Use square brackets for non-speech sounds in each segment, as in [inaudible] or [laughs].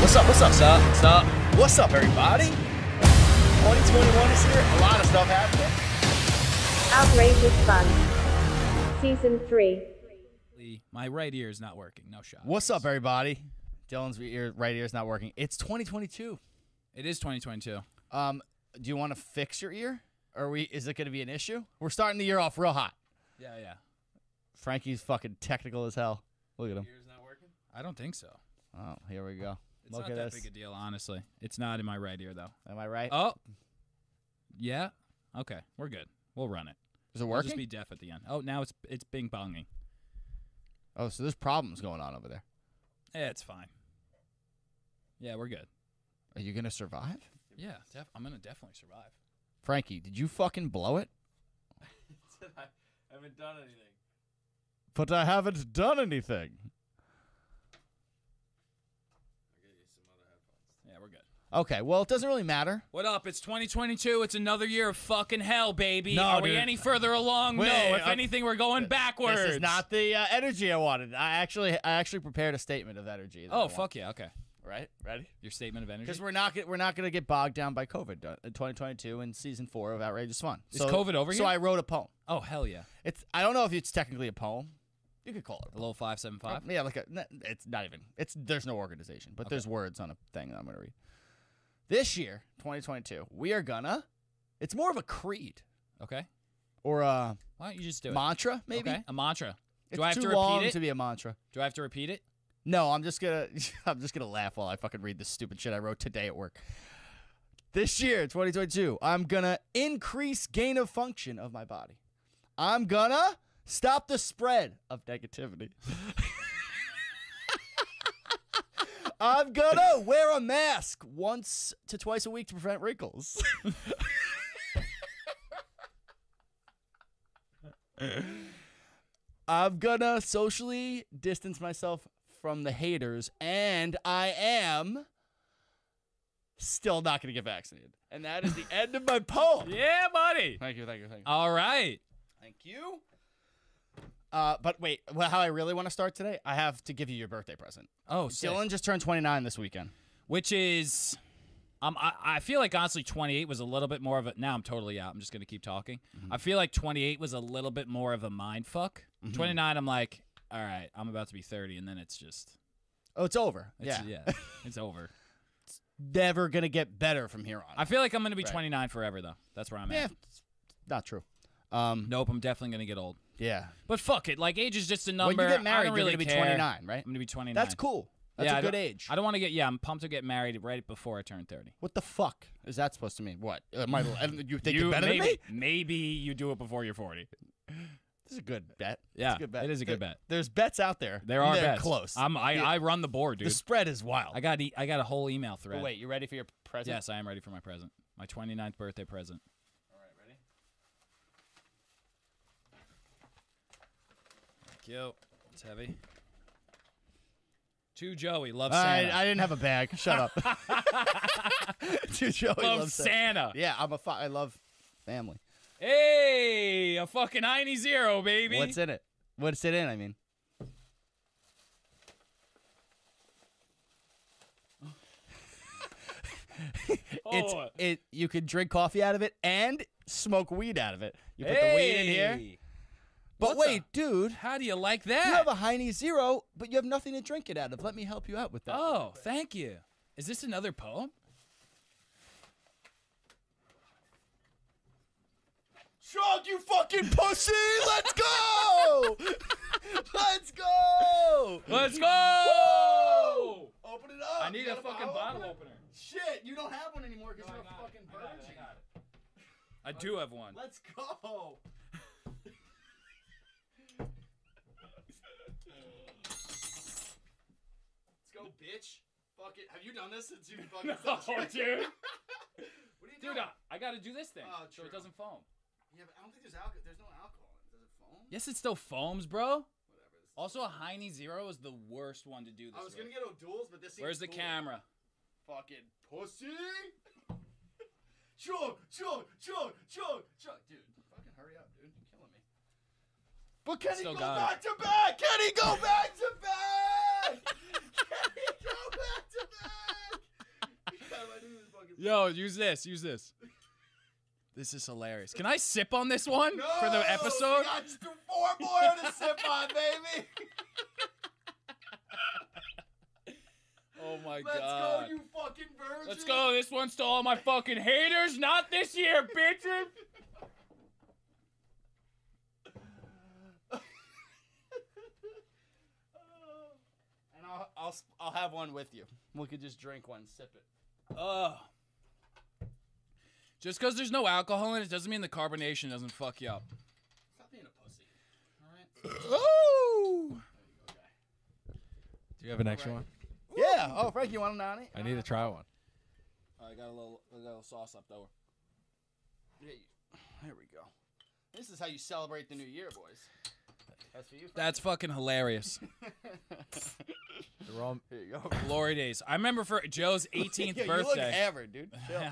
What's up? What's up? What's up? What's up? What's up, everybody? 2021 is here. A lot of stuff happening. Outrageous Fun. Season 3. My right ear is not working. No shot. What's up, everybody? Dylan's ear, right ear is not working. It's 2022. It is 2022. Um, do you want to fix your ear? Are we? Is it going to be an issue? We're starting the year off real hot. Yeah, yeah. Frankie's fucking technical as hell. Look at him. Ear's not working? I don't think so. Oh, here we go. It's Look not at that this. big a deal, honestly. It's not in my right ear though. Am I right? Oh. Yeah. Okay. We're good. We'll run it. is it We'll working? just be deaf at the end. Oh, now it's it's bing bonging. oh, so there's problems going on over there. Yeah, it's fine. Yeah, we're good. Are you going to survive? Yeah, def- I'm gonna definitely survive. Frankie, did you fucking blow it? [laughs] I haven't done anything. But I haven't done anything. Yeah, we're good. Okay, well, it doesn't really matter. What up? It's 2022. It's another year of fucking hell, baby. No, Are we dude. any further along? Wait, no. If uh, anything, we're going backwards. This is not the uh, energy I wanted. I actually, I actually prepared a statement of energy. that I Oh want. fuck yeah. Okay. Right, ready? Your statement of energy. Because we're not, get- we're not going to get bogged down by COVID uh, 2022 and season four of Outrageous Fun. Is COVID over So here? I wrote a poem. Oh hell yeah. It's, I don't know if it's technically a poem. You could call it. a Hello five seven five. poem. Yeah, like a, n- it's not even. It's there's no organization, but there's words on a thing that I'm going to read. This year, 2022, we are gonna. It's more of a creed Okay. or a Why don't you just do it? mantra, maybe. Okay. A mantra. It's do I have too to long repeat it? to be a mantra. do I have to repeat it? No, I'm just gonna [laughs] I'm just gonna laugh while I fucking read this stupid shit I wrote today at work. This year, 2022, I'm gonna increase gain of function of my body. I'm gonna stop the spread of negativity. I'm gonna wear a mask once to twice a week to prevent wrinkles. I'm gonna socially distance myself from the haters, and I am still not gonna get vaccinated. And that is the end of my poem. Yeah, buddy. Thank you, thank you, thank you. All right. Thank you. Uh, but wait, well, how I really want to start today, I have to give you your birthday present. Oh, sick. Dylan just turned 29 this weekend. Which is, um, I, I feel like honestly, 28 was a little bit more of a. Now I'm totally out. I'm just gonna keep talking. Mm-hmm. I feel like 28 was a little bit more of a mind fuck. Mm-hmm. 29, I'm like, all right, I'm about to be 30, and then it's just, Oh, it's over. it's, yeah. yeah, it's over. Never gonna get better from here on. I feel like I'm gonna [laughs] be Right. 29 forever though. That's where I'm yeah, at. it's not true. Um, Nope, I'm definitely gonna get old. yeah. But fuck it, like age is just a When number. you get I married, don't really you're gonna care. be 29, right? I'm gonna be 29. That's cool. That's yeah, a I good don't- age. I don't want to get. Yeah, I'm pumped to get married right before I turn 30. What the fuck is that supposed to mean? What? Am I, you think You- you're better maybe, than me? Maybe you do it before you're 40. This is a good bet. Yeah, it's a good bet. it is a good There- bet. There's bets out there. There are They're bets. close. I'm, I, The- I run the board, the dude. spread is wild. I got e- I got a whole email thread. But wait, you ready for your present? Yes, I am ready for my present. My 29th birthday present. All right, ready? Thank you. It's heavy. To Joey, love I, Santa. I didn't have a bag. Shut up. [laughs] Dude, Joey love loves that. Santa. Yeah, I'm a fi- I love family. Hey, a fucking 90 zero, baby. What's in it? What's it in? I mean, it's Oh. it. You could drink coffee out of it and smoke weed out of it. You put the weed in here. Hey, But what the- wait, dude, How do you like you that? have a Heine Zero, but you have nothing to drink it out of. Let me help you out with that. oh, thank you. Is this another poem? Chug, you fucking pussy! Let's go! [laughs] Let's go! Let's go! Open it up! I need You a got fucking bottle opener. Shit, you don't have one anymore because you're a fucking virgin. I do have one. Let's go! Let's go, bitch! Fuck it. Have you done this since you [laughs] fucking stopped Oh, drinking? dude. [laughs] What are you Dude, uh, I, I gotta do this thing Oh, so true. it doesn't foam. Yeah, but I don't think there's alcohol. There's no alcohol in it. Does it foam? Yes, it still foams, bro. Also, a Heine Zero is the worst one to do this. I was with. gonna get O'Doul's, but this. seems Where's the cool. camera? Fucking pussy. Chug, chug, chug, chug, chug, dude. Fucking hurry up, dude. You're killing me. But can Still he go got back to back? Can he go back to back? can he go back to back? Yo, use this. Use this. [laughs] This is hilarious. Can I sip on this [laughs] one for the episode? four more to sip on, baby. Oh [laughs] my Let's god. go, you fucking virgin. Let's go. This one's to all my fucking haters. Not this year, bitches. [laughs] And I'll, I'll, sp- I'll have one with you. We could just drink one, sip it. Ugh. Just because there's no alcohol in it doesn't mean the carbonation doesn't fuck you up. Stop being a pussy. All right. Oh! Do you have an extra one? Yeah. Oh, Frank, you want them on it? I need to try one. I got a little, I got a little sauce up though. Yeah, you- There we go. This is how you celebrate the new year, boys. That's for you. Frank. That's fucking hilarious. The rum. Here you go. Glory days. I remember for [laughs] Joe's 18th Yeah, [laughs] You look birthday. [laughs] average, dude. [laughs] Chill.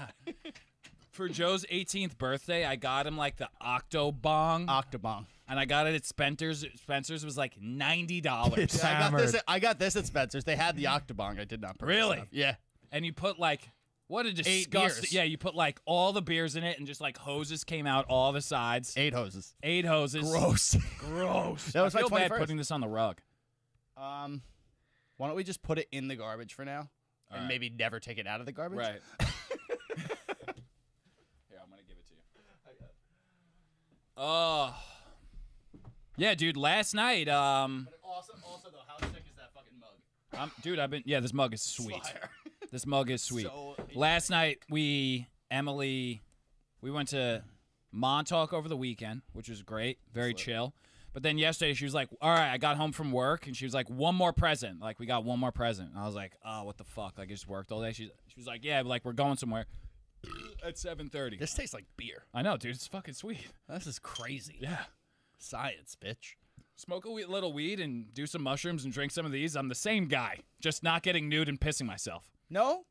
for Joe's 18th birthday, I got him like the Octobong, Octobong. and I got it at Spencer's. Spencer's was like ninety dollars, I got this. Hammered. At, I got this at Spencer's. They had the Octobong. I did not. purchase Really? that. Yeah. and you put like what a disgusting. beers. Yeah, you put like all the beers in it, and just like hoses came out all the sides. Eight hoses. Eight hoses. Gross. Gross. That was I my feel bad 21st. putting this on the rug. [laughs] um, why don't we just put it in the garbage for now, and Alright. maybe never take it out of the garbage? Here, I'm gonna give it to you. Oh. Yeah, dude. Last night, um, Also, also though, how sick is that fucking mug? I'm, dude, I've been. Yeah, this mug is sweet. This mug is sweet. So- Last night, we Emily, we went to Montauk over the weekend, which was great, very chill. But then yesterday, she was like, "All right, I got home from work," and she was like, "One more present. Like, we got one more present." And I was like, "Oh, what the fuck? Like, I just worked all day." She she was like, "Yeah, like we're going somewhere [coughs] at 7:30." This tastes like beer. I know, dude. It's fucking sweet. This is crazy. Yeah. Science, bitch. Smoke a wee- little weed and do some mushrooms and drink some of these. I'm the same guy, just not getting nude and pissing myself. No,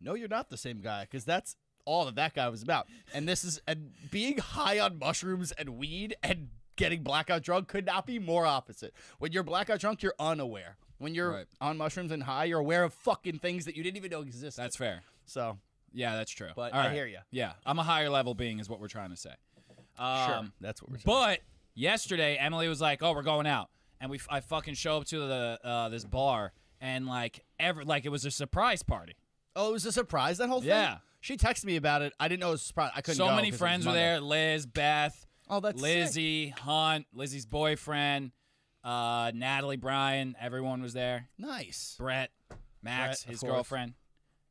no, you're not the same guy because that's all that that guy was about. And this is and being high on mushrooms and weed and getting blackout drunk could not be more opposite. When you're blackout drunk, you're unaware. When you're Right. on mushrooms and high, you're aware of fucking things that you didn't even know existed. That's fair. so. Yeah, that's true. But All I right. hear ya. Yeah, I'm a higher level being, is what we're trying to say. Um, that's what we're. But yesterday, Emily was like, "Oh, we're going out," and we f- I fucking show up to the uh, this bar and like ever like it was a surprise party. oh, it was a surprise that whole thing. Yeah. She She texted me about it. I didn't know it was a surprise. I couldn't. so go 'cause many it was friends were Monday. there. Liz, Beth, Oh, that's sick. Lizzie, Hunt, Lizzie's boyfriend, uh, Natalie, Brian. Everyone was there. Nice. Brett, Brett, Max, of his course. girlfriend.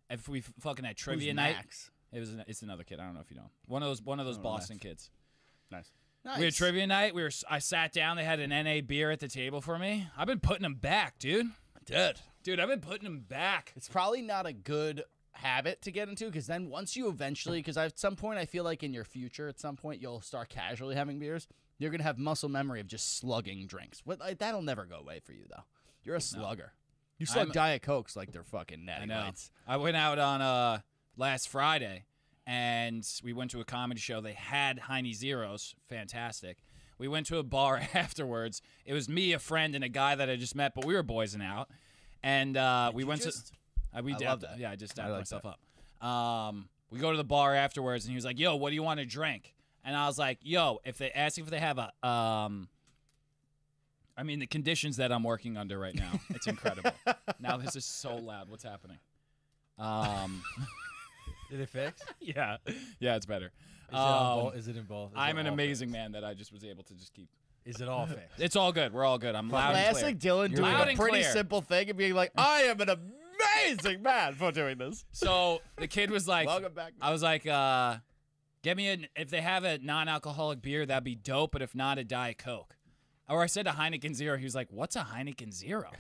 If we f- fucking had Who's trivia night, Max? it was an, it's another kid. I don't know if you know. him. One of those one of those Boston kids. Nice. We had trivia night. We were s- I sat down. They had an NA beer at the table for me. I've been putting them back, dude. Dead. Dude, I've been putting them back. it's probably not a good habit to get into because then once you eventually because at some point i feel like in your future at some point you'll start casually having beers you're gonna have muscle memory of just slugging drinks what like, that'll never go away for you though you're a slugger you slug I'm- diet cokes like they're fucking natty I know. lights I went out on uh last Friday and we went to a comedy show. They had Heine Zeros, fantastic. We went to a bar [laughs] afterwards. It was me, a friend, and a guy that I just met, but we were boysing out. And uh, we you went just- to. I, we I dapped- love that. Yeah, I just I dapped like myself up. Um, we go to the bar afterwards, and he was like, "Yo, what do you want to drink?" And I was like, "Yo, if they ask if they have a um, I mean, the conditions that I'm working under right now, it's [laughs] incredible. now this is so loud. What's happening? [laughs] Um, Did [laughs] it fix? yeah, yeah, it's better. Is, it, on Um, both- is it involved? Is I'm it an all amazing man that I just was able to just keep. fixed? Is it all fixed? It's all good. We're all good. I'm loud and clear. classic dylan doing Loud a and pretty clear. simple thing and being like i am an amazing man for doing this So the kid was [laughs] like, welcome back [laughs] I was like, uh, get me an if they have a non-alcoholic beer, that'd be dope. But if not, a diet coke. Or I said a Heineken Zero. He was like, "What's a Heineken Zero?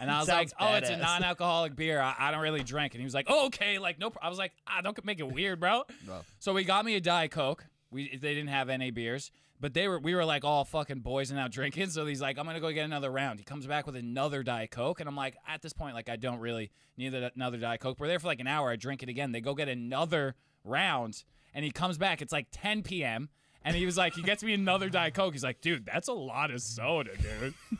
And I was like, [laughs] Sounds "Oh, it's a badass. non-alcoholic beer. I, I don't really drink." And he was like, "Oh, okay, like no." Pro-. I was like, "Ah, don't make it weird, bro." Bro. So we got me a diet coke. We they didn't have any beers, but they were we were like all fucking boys and out [laughs] drinking. So he's like, "I'm gonna go get another round." He comes back with another diet coke, and I'm like, at this point, like I don't really need that- another diet coke. We're there for like an hour. I drink it again. They go get another round, and he comes back. It's like 10 p.m. And he was like, he gets me another Diet Coke. He's like, dude, that's a lot of soda, dude. [laughs]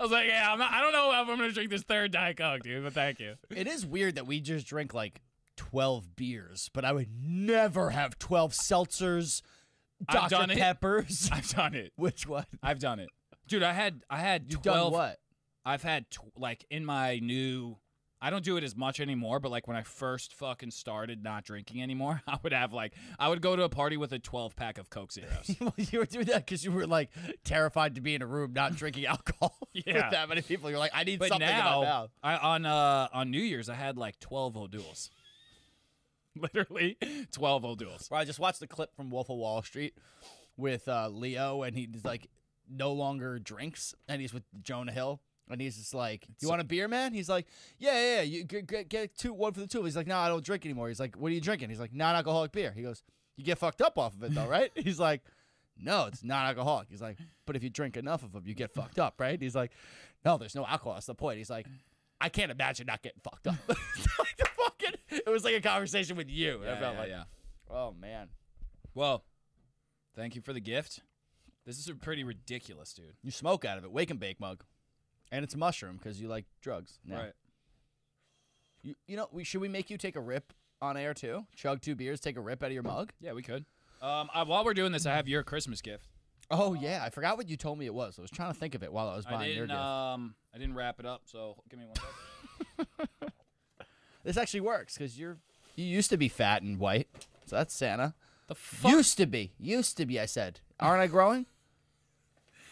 I was like, yeah, I'm not, I don't know if I'm gonna drink this third Diet Coke, dude, but thank you. It is weird that we just drink like 12 beers, but I would never have 12 seltzers, I've Dr. done it. [laughs] Peppers. I've done it. Which one? I've done it, dude. I had I had You've twelve. done what? [laughs] I've had tw- like in my new. I don't do it as much anymore, but like when I first fucking started not drinking anymore, [laughs] I would have like I would go to a party with a 12 pack of Coke [laughs] Zeroes. well, you were doing that because you were like terrified to be in a room not drinking [laughs] alcohol Yeah. with that many people. You're like, I need But something in my now, mouth. I, on uh, on New Year's, I had like 12 O'Douls. [laughs] Literally 12 O'Douls. Well, I just watched the clip from Wolf of Wall Street with uh, Leo, and he's like no longer drinks, and he's with Jonah Hill, and he's just like, "You want a beer, man?" He's like, "Yeah, yeah, yeah. you get, get, get two, one for the two of us." He's like, "No, I don't drink anymore." He's like, "What are you drinking?" He's like, "Non-alcoholic beer." He goes, "You get fucked up off of it, though, right?" he's like. No, it's not alcoholic. He's like, but if you drink enough of them, you get fucked up, right? He's like, no, there's no alcohol. That's the point. He's like, I can't imagine not getting fucked up. [laughs] like the fucking, it was like a conversation with you. and I felt like, oh man, Well, thank you for the gift. This is pretty ridiculous, dude. You smoke out of it. Wake and bake mug. And it's mushroom because you like drugs. now. You, you know, we, should we make you take a rip on air too? Chug two beers, take a rip out of your mug? Yeah, we could. Um, I, while we're doing this, I have your Christmas gift. Oh, yeah. I forgot what you told me it was. I was trying to think of it while I uh, was I buying your didn't. gift. Um, I didn't wrap it up, so give me one. second. This actually works because you're. You used to be fat and white. So that's Santa. the fuck? Used to be. Used to be, I said. Aren't I growing?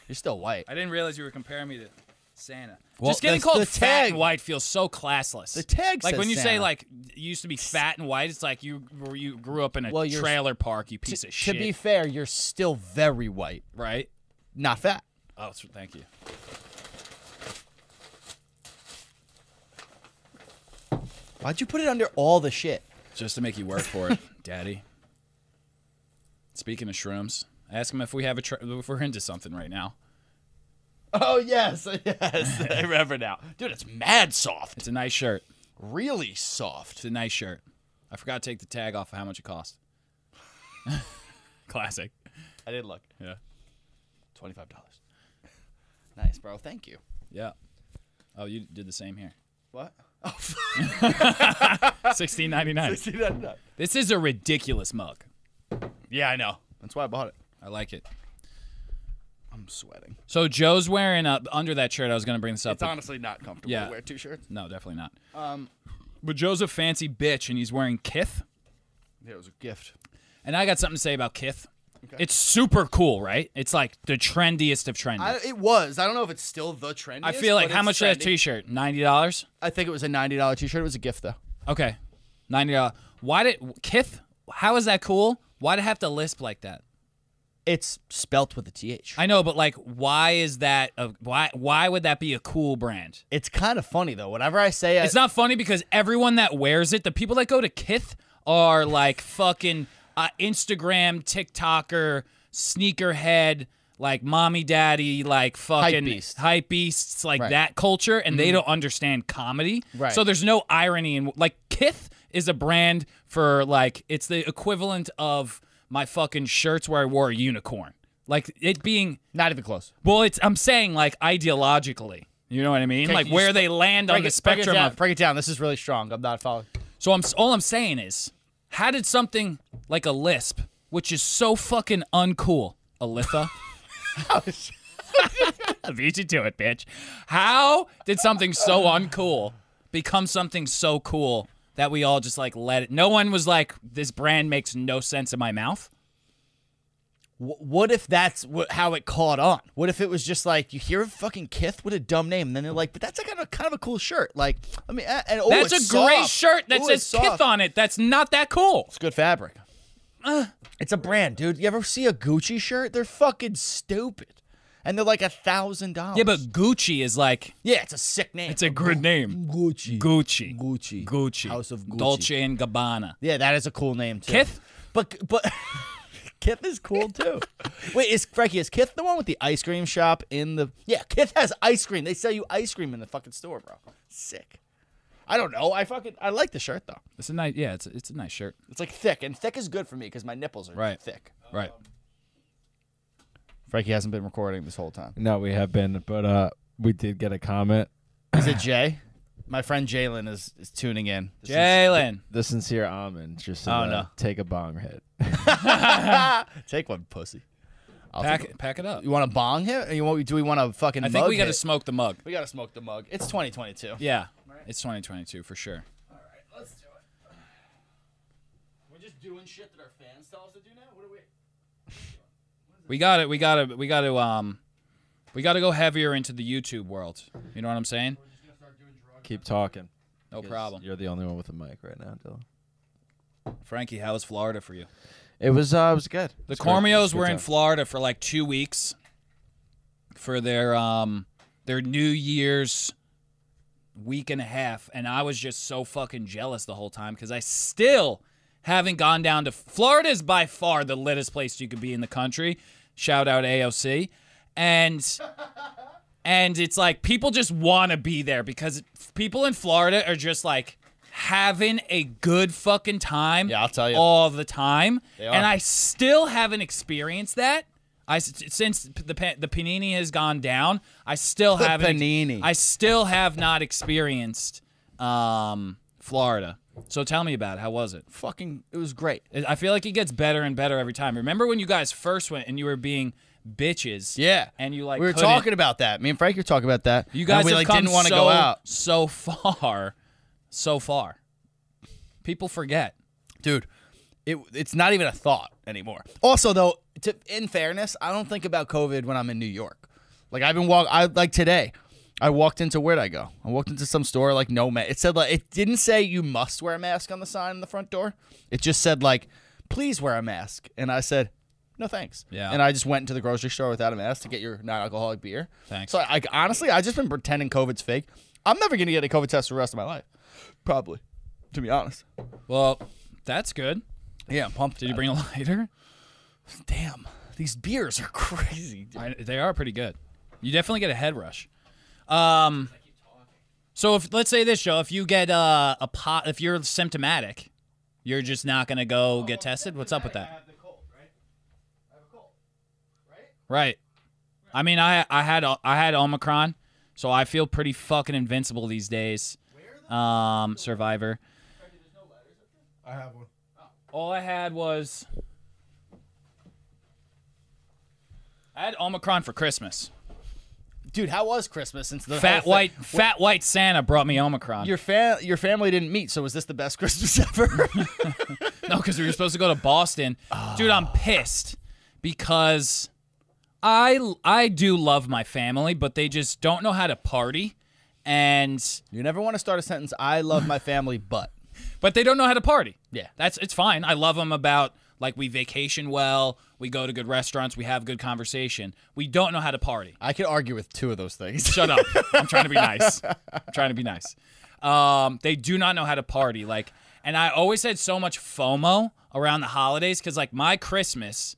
You're still white. I didn't realize you were comparing me to Santa. Well, Just getting that's called the fat tag. and white feels so classless. The tag like says when you say Santa. like you used to be fat and white, it's like you were- you grew up in a Well, you're- trailer park, you piece To, of shit. to be fair, you're still very white. right? Not fat. Oh, so- thank you. Why'd you put it under all the shit? Just to make you work for it, [laughs] Daddy. Speaking of shrooms, ask him if we have a tr if we're into something right now. Oh yes, [laughs] yes, I remember now, dude. It's mad soft, It's a nice shirt. really It's soft. a nice shirt. I forgot to take the tag off of how much [laughs] it cost. Classic. I did look. Yeah. Twenty five dollars. Nice, bro. Thank you. Yeah. Oh, you did the [laughs] same here. What? Oh, Sixteen ninety nine. see that? No. [laughs] This is a ridiculous mug. Yeah, I know. That's why I bought it. I like it. I'm sweating. So Joe's wearing uh, under that shirt. I was gonna bring this up. It's but- honestly not comfortable Yeah. to wear two shirts. no, definitely not. Um, but Joe's a fancy bitch, and he's wearing Kith. It was a gift. And I got something to say about Kith. It's super cool, right? It's like the trendiest of trendy. I, I, it was. I don't know if it's still the trend. feel like how much is that t- T-shirt? Ninety dollars. I think it was a ninety dollar t shirt. It was a gift though. Okay, ninety dollars. Why did Kith? How is that cool? Why did it have to lisp like that? It's spelt with a th. I know, but like, why is that? A, why? Why would that be a cool brand? it's kind of funny though. Whenever I say It's not funny because everyone that wears it, the people that go to Kith are like fucking uh, Instagram TikToker, sneakerhead, like mommy daddy, like fucking Hypebeast. hype beasts, like Right. Mm-hmm. that culture, and they don't understand comedy. Right. So there's no irony in like Kith is a brand for like it's the equivalent of my fucking shirts where I wore a unicorn. Like it being not even close. well, it's I'm saying like ideologically. You know what I mean? Okay, like you where sp- they land on the spectrum down, of break it down. This is really strong. I'm not following. so I'm all I'm saying is, how did something like a lisp, which is so fucking uncool, Alitha? [laughs] I beat you to it, bitch. How did something so uncool become something so cool that we all just like let it? No one was like, this brand makes no sense in my mouth. Wh- What if that's wh- how it caught on? What if it was just like you hear of fucking Kith with a dumb name, and then they're like, "But that's a kind of kind of a cool shirt." Like, I mean, a- and oh, That's it's a gray soft. shirt that Ooh, says it's Kith soft. on it. That's not that cool. It's good fabric. it's a brand, dude. You ever see a Gucci shirt? They're fucking stupid, and they're like a thousand dollars. Yeah, but Gucci is like yeah, it's a sick name. it's a good name. Gucci. Gucci. Gucci. Gucci. House of Gucci. Dolce and Gabbana. yeah, that is a cool name too. Kith? but but [laughs] Kith is cool too. Wait, is Frankie is Kith the one with the ice cream shop in the? Yeah, Kith has ice cream. They sell you ice cream in the fucking store, bro. Sick. I don't know. I fucking I like the shirt though. It's a nice, yeah. It's a, it's a nice shirt. It's like thick, and thick is good for me because my nipples are Right. thick. Right. Frankie hasn't been recording this whole time. No, we have been, but uh, we did get a comment. Is [laughs] it Jay? My friend Jalen is, is tuning in. Jalen. The sincere almond just said, Oh, uh, no. take a bong hit. Take one, pussy. I'll take Pack, pack it up. a- you want to bong him? Or You want, do we want to fucking I think we got to to smoke the mug. we gotta smoke the mug. It's 2022. Yeah, it's 2022 for sure. Let's do it. We're just doing shit that our fans tell us to do now? What are we... We got it. We got to. We got to. Um, we got to go heavier into the YouTube world. You know what I'm saying? Keep talking. No 'cause problem. You're the only one with a mic right now, Dylan. Frankie, how was Florida for you? It was uh, it was good. The It's great. It's Cormios good were in time. Florida for like two weeks for their um their New Year's week and a half, and I was just so fucking jealous the whole time because I still haven't gone down to Florida is by far the littest place you could be in the country. Shout out AOC. And and it's like people just want to be there because people in Florida are just like having a good fucking time Yeah, I'll tell you. all the time are. and I still haven't experienced that. I s- since the pa- the panini has gone down, I still The haven't. panini. I still have not experienced um, Florida. So tell me about it. How was it? Fucking, it was great. I I feel like it gets better and better every time. Remember when you guys first went and you were being bitches? Yeah. And you like we were couldn't- talking about that. Me and Frank were talking about that. You And guys we have like come didn't want to so, go out, so far, so far. People forget. dude. It, it's not even a thought anymore. Also, though, to, in fairness, I don't think about COVID when I'm in New York. Like I've been walk, I like today. I walked into where'd I go? I walked into some store like no ma It said like it didn't say you must wear a mask on the sign in the front door. It just said like please wear a mask, and I said no thanks. Yeah. And I just went into the grocery store without a mask to get your non-alcoholic beer. Thanks. So I, I honestly, I just been pretending COVID's fake. I'm never gonna get a COVID test for the rest of my life, probably. To be honest. Well, that's good. Yeah, I'm pumped. Did you bring a lighter? Damn, these beers are [laughs] crazy. dude. I, they are pretty good. You definitely get a head rush. Um, so if let's say this show, if you get uh, a pot, if you're symptomatic, you're just not gonna go get tested. What's up with that? Right. I mean, I I had I had Omicron, so I feel pretty fucking invincible these days. Um, Survivor. I have one. All I had was I had Omicron for Christmas. Dude, how was Christmas since the whole Fat thing- white fat white Santa brought me [laughs] Omicron. Your fa- your family didn't meet, so was this the best [laughs] Christmas ever? [laughs] No, because we were supposed to go to Boston. Dude, I'm pissed because I I do love my family, but they just don't know how to party, and you never want to start a sentence. I love my family, but but they don't know how to party. Yeah. that's it's fine. I love them about like we vacation well, we go to good restaurants, we have good conversation. We don't know how to party. I could argue with two of those [laughs] things. Shut up. I'm trying to be nice. I'm trying to be nice. Um, they do not know how to party. Like, and I always had so much FOMO around the holidays because, like, my Christmas,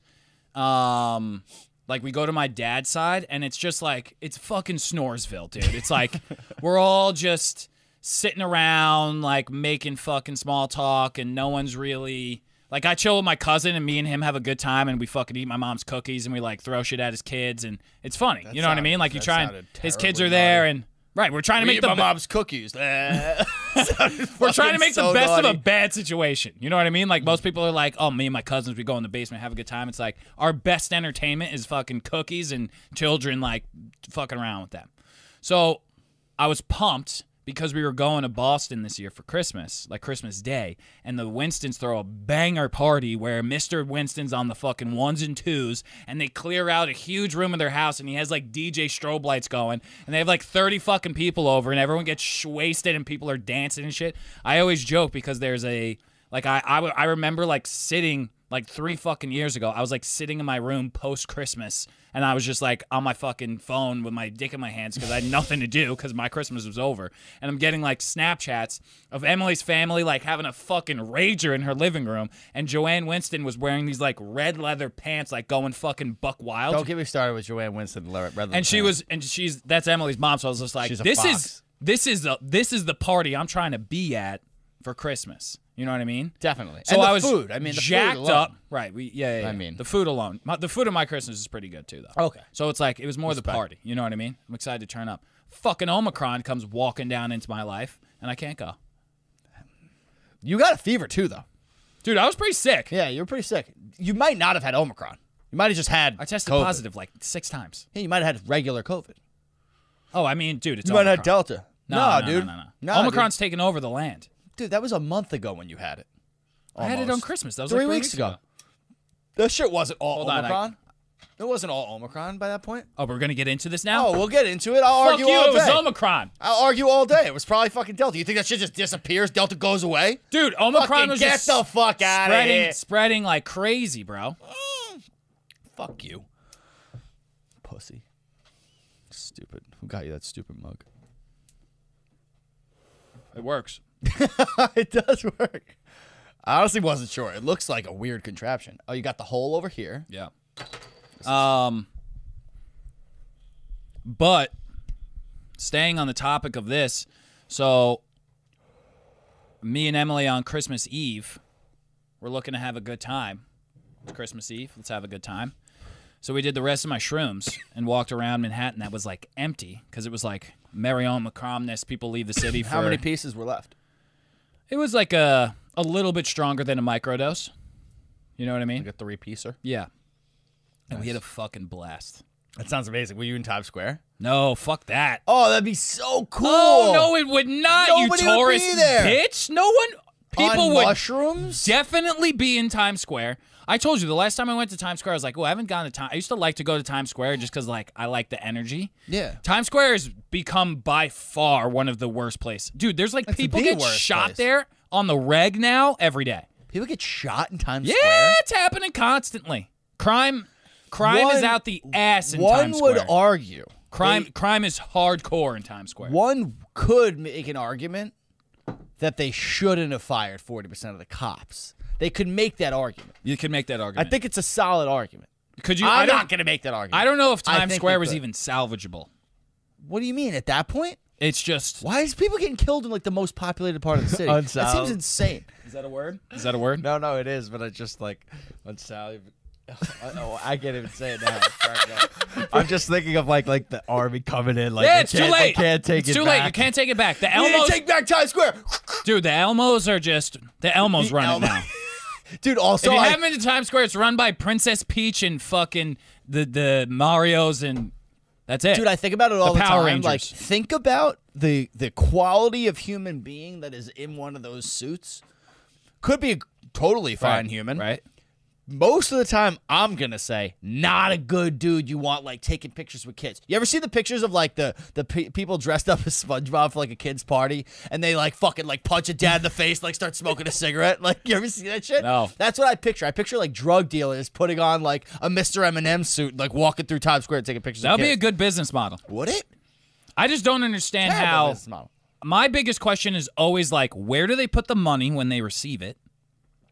um, like we go to my dad's side and it's just like it's fucking Snoresville, dude. [laughs] It's like we're all just sitting around, like making fucking small talk, and no one's really. Like I chill with my cousin and me and him have a good time and we fucking eat my mom's cookies and we like throw shit at his kids and it's funny. you know what I sound- mean? Like you that try and sounded his kids terribly are there and right, we're trying to We make eat the my be- mom's [laughs] cookies. we're we're trying to make the best of a bad situation. You know what I mean? Like most people are like, "Oh, me and my cousins, we go in the basement, have a good time." It's like our best entertainment is fucking cookies and children like fucking around with them. So I was pumped because we were going to Boston this year for Christmas, like Christmas Day, and the Winstons throw a banger party where Mr. Winston's on the fucking ones and twos, and they clear out a huge room in their house, and he has like DJ strobe lights going, and they have like 30 fucking people over, and everyone gets wasted, and people are dancing and shit. I always joke because there's a like I I, w- I remember like sitting like three fucking years ago. I was like sitting in my room post Christmas, and I was just like on my fucking phone with my dick in my hands because I had nothing to do because my Christmas was over. And I'm getting like Snapchats of Emily's family like having a fucking rager in her living room, and Joanne Winston was wearing these like red leather pants, like going fucking buck wild. Don't get me started with Joanne Winston. Lara- rather than and she Sam. was, and she's that's Emily's mom. So I was just like, She's a this fox. is this is the this is the party I'm trying to be at for Christmas. You know what I mean? definitely. So and the I was food. I mean, the jacked food alone. up. Right. We yeah, yeah, yeah. I mean- the food alone. My, the food of my Christmas is pretty good too, though. Okay. So it's like it was more the Respect. party. You know what I mean? I'm excited to turn up. fucking Omicron comes walking down into my life, and I can't go. You got a fever too, though. Dude, I was pretty sick. Yeah, you were pretty sick. You might not have had Omicron. You might have just had. I tested COVID. positive like six times. Yeah, you might have had regular COVID. Oh, I mean, dude, it's You might Omicron. have had Delta. no, Nah, no, dude. No, no, no. Nah, dude. Omicron's taken over the land. dude. That was a month ago when you had it. I had it on Almost. Christmas. That was three, like weeks ago. That shit wasn't all Hold on, I- Omicron. It wasn't all Omicron by that point. Oh, we're gonna get into this now. Oh, we'll get into it. I'll fuck argue you! all It was day. Omicron, I'll argue all day. It was probably fucking Delta. You think that shit just disappears? Delta goes away? dude. Omicron fucking was get just the fuck out of spreading, here. spreading like crazy, bro. Fuck you. Pussy. Stupid. Who got you that stupid mug? [laughs] It works. it does work. I honestly wasn't sure. It looks like a weird contraption. Oh, you got the hole over here. Yeah. Um. But staying on the topic of this, so me and Emily on Christmas Eve, we're looking to have a good time. It's Christmas Eve. Let's have a good time. So we did the rest of my shrooms and walked around Manhattan. That was like empty because it was like Merry Omicromness. People leave the city. For, How many pieces were left? It was like a a little bit stronger than a microdose. You know what I mean? Like a three piecer. Yeah. And we had a fucking blast. That sounds amazing. Were you in Times Square? No, fuck that. Oh, that'd be so cool. Oh no, it would not, Nobody you would tourist be there. bitch. No one people On would mushrooms. definitely be in Times Square. I told you the last time I went to Times Square, I was like, "Oh, I haven't gone to Times." I used to like to go to Times Square just because, like, I like the energy. Yeah. Times Square has become by far one of the worst places. Dude, there's like That's people the get worst shot place. there on the reg now every day. People get shot in Times Yeah, Square. it's happening constantly. Crime, crime is One- out the ass in One Times would Square. argue. crime, crime is hardcore in Times Square. One could make an argument that they shouldn't have fired 40% of the cops. They could make that argument. You could make that I argument. think it's a solid argument. Could you? I I'm don't, not going to make that argument. I don't know if I Times think Square we was could. even salvageable. What do you mean at that point? It's just. Why is people getting killed in like the most populated part [laughs] of the city? that seems Unsolved. insane. Is that a word? Is that a word? No, no, it is, but I just like on Sally. [laughs] oh, I can't even say it now. It's cracking [laughs] up. I'm just thinking of like like the army coming in. Like yeah, they it's too can't- they late. can't take it's it too late. You back. can't take it back. The We need Elmos, to take back Times Square, dude. The Elmos are just the Elmos run Elmo- it now. dude. Also, if you I- haven't been to Times Square, it's run by Princess Peach and fucking the the Mario's and that's it. dude, I think about it all the, Power time. Rangers. Like, think about the the quality of human being that is in one of those suits. Could be a totally fine Right, human. right? Most of the time, I'm gonna say not a good dude. You want like taking pictures with kids. You ever see the pictures of like the the pe- people dressed up as SpongeBob for like a kid's party, and they like fucking like punch a dad in the face, like start smoking a cigarette. [laughs] Like you ever see that shit? No. That's what I picture. I picture like drug dealers putting on like a Mr. Eminem suit, like walking through Times Square and taking pictures. That of would be a kids. good business model. would it? I just don't understand Terrible how. business model. My biggest question is always like, where do they put the money when they receive it?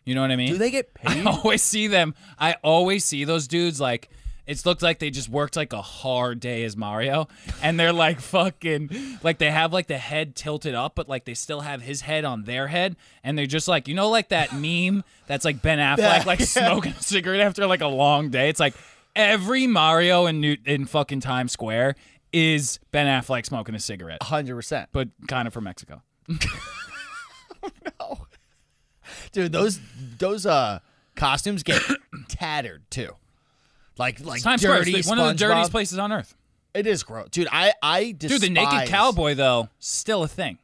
You know what I mean? Do they get [laughs] I paid? always see them. I always see those dudes like it's looked like they just worked like a hard day as Mario and they're like [laughs] fucking like they have like the head tilted up but like they still have his head on their head and they're just like you know like that meme that's like Ben Affleck Yeah, [laughs] like yeah. smoking a cigarette after like a long day it's like every Mario in New- in fucking Times Square is Ben Affleck smoking a cigarette Hundred percent, but kind of from Mexico. dude. Those those uh costumes get [clears throat] tattered too. Like like Times Square dirty is one of the dirtiest SpongeBob. places on earth. It is gross, dude. I I despise. Dude, the naked cowboy though, still a thing.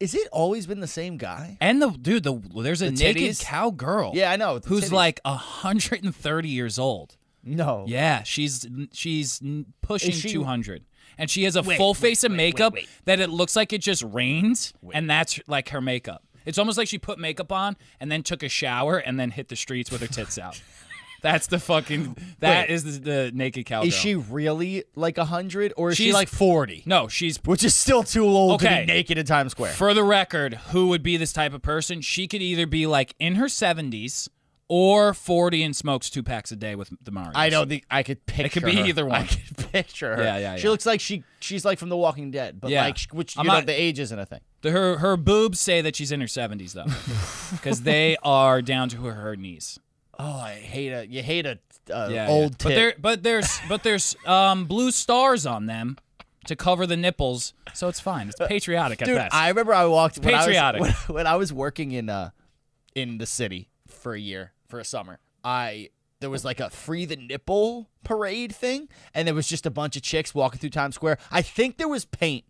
Is it always been the same guy? And the dude, the there's a The naked titties? cowgirl. Yeah, I know. with the Who's titties. like 130 years old. no? Yeah, she's she's n- pushing she- 200. And she has a full face of makeup that it looks like it just rains and that's like her makeup. It's almost like she put makeup on and then took a shower and then hit the streets with her tits out. [laughs] That's the fucking Wait. That is the, the naked cowgirl. Is she really like hundred, or is she She's- like forty? No, she's Which is still too old to Okay. be naked in Times Square. For the record, who would be this type of person? She could either be like in her 70s or 40 and smokes two packs a day with the Mario. I don't think I could picture. could be her. either one. I could [laughs] picture her. Yeah, yeah, She yeah. looks like she she's like from The Walking Dead, but Yeah. like which you I'm know not- the age isn't a thing. The- her her boobs say that she's in her [laughs] 70s though, because they are down to her, her knees. Oh, I hate a you hate a uh, Yeah, yeah. old But tit. there but there's but there's um blue stars on them to cover the nipples, so it's fine. It's patriotic at Uh, Dude, best. I remember I walked when Patriotic. I was, [laughs] when, when I was working in uh in the city for a year for a summer. I there was like a free the nipple parade thing, and there was just a bunch of chicks walking through Times Square. I think there was paint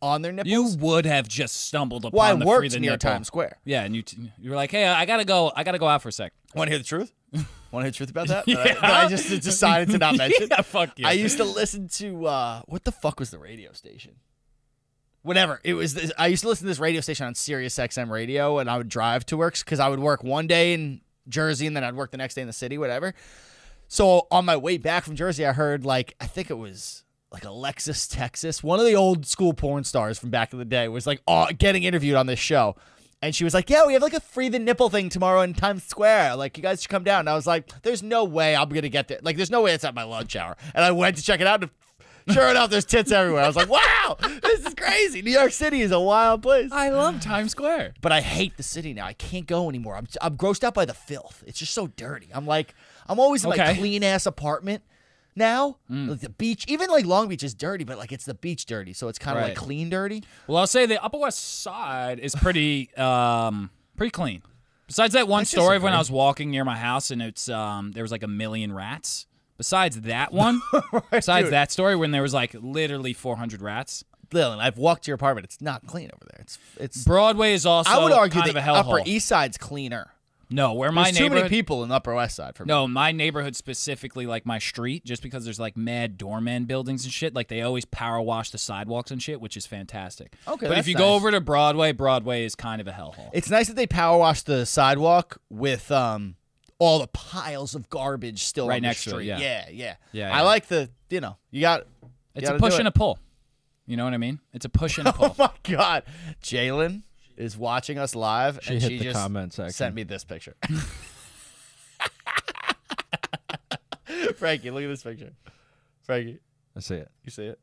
on their nipples. you would have just stumbled upon well, I the worked free the near nipple. Times Square. Yeah, and you t- you were like, hey, I gotta go, I gotta go out for a sec. Want to hear the [laughs] truth? Want to hear the truth about that? [laughs] Yeah. That I, that I just decided to [laughs] not mention. yeah, fuck you. I used to listen to uh, what the fuck was the radio station? Whatever it was, this, I used to listen to this radio station on Sirius XM radio, and I would drive to work because I would work one day in Jersey and then I'd work the next day in the city, whatever. So on my way back from Jersey, I heard like I think it was like Alexis Texas, one of the old school porn stars from back in the day, was like aw- getting interviewed on this show. And she was like, "Yeah, we have like a free the nipple thing tomorrow in Times Square. Like, you guys should come down." And I was like, "There's no way I'm gonna get there. Like, there's no way it's at my lunch hour." And I went to check it out, and sure enough, there's tits everywhere. I was like, "Wow, this is crazy. New York City is a wild place." I love Times Square. but I hate the city now. I can't go anymore. I'm, I'm grossed out by the filth. It's just so dirty. I'm like, I'm always in my Okay. Mm. clean ass apartment now. Like the beach, even like Long Beach is dirty, but like it's the beach dirty, so it's kind of Right. like clean dirty. Well, I'll say the Upper West Side is pretty [laughs] um pretty clean. Besides that one story of when I was walking near my house and it's um there was like a million rats. Besides that [laughs] one, besides that story when there was like literally 400 rats. Dylan, I've walked to your apartment. It's not clean over there. It's it's. Broadway is also I would argue kind the of a Upper hellhole. East Side's cleaner. no, where my There's too many neighborhood people in the Upper West Side for me. No, my neighborhood specifically, like my street, just because there's like mad doorman buildings and shit. Like they always power wash the sidewalks and shit, which is fantastic. Okay, but if that's you go nice. over to Broadway, Broadway is kind of a hellhole. It's nice that they power wash the sidewalk with um all the piles of garbage still Right on the next to it, street. yeah. yeah, yeah, Yeah, I yeah. like the you know you got. [laughs] oh It's a gotta do push it. and a pull. You know what I mean? It's a [laughs] push and a Oh pull. my god, Jalen is watching us live, She and hit she the just comment section. sent me this picture. [laughs] Frankie, look at this picture. Frankie, I see it. you see it?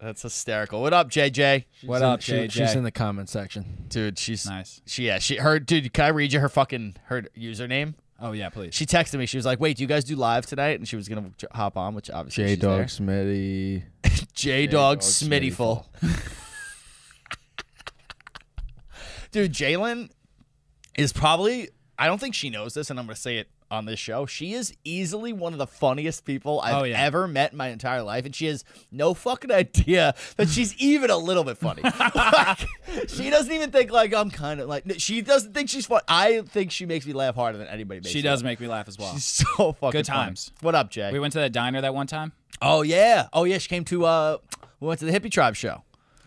That's hysterical. What up, JJ? what up, JJ? She's in the comment section. Dude, she's nice. She yeah, she her dude, can I read you her fucking her username? Oh yeah, please. She texted me. She was like, "Wait, do you guys do live tonight?" And she was gonna j- hop on, which obviously J she's Dog Smitty. J Dog J-Dog Smittyful. Dude, Jalen is probably. I don't think she knows this, and I'm going to say it on this show. She is easily one of the funniest people I've Oh, yeah. ever met in my entire life, and she has no fucking idea that she's even a little bit [laughs] funny. Like, she doesn't even think like I'm kind of like. no, She doesn't think she's funny. I think she makes me laugh harder than anybody makes. She me does laugh. make me laugh as well. She's so fucking Good funny. times. What up, Jay? We went to that diner that one time. Oh yeah. Oh yeah. She came to uh we went to the hippie tribe show.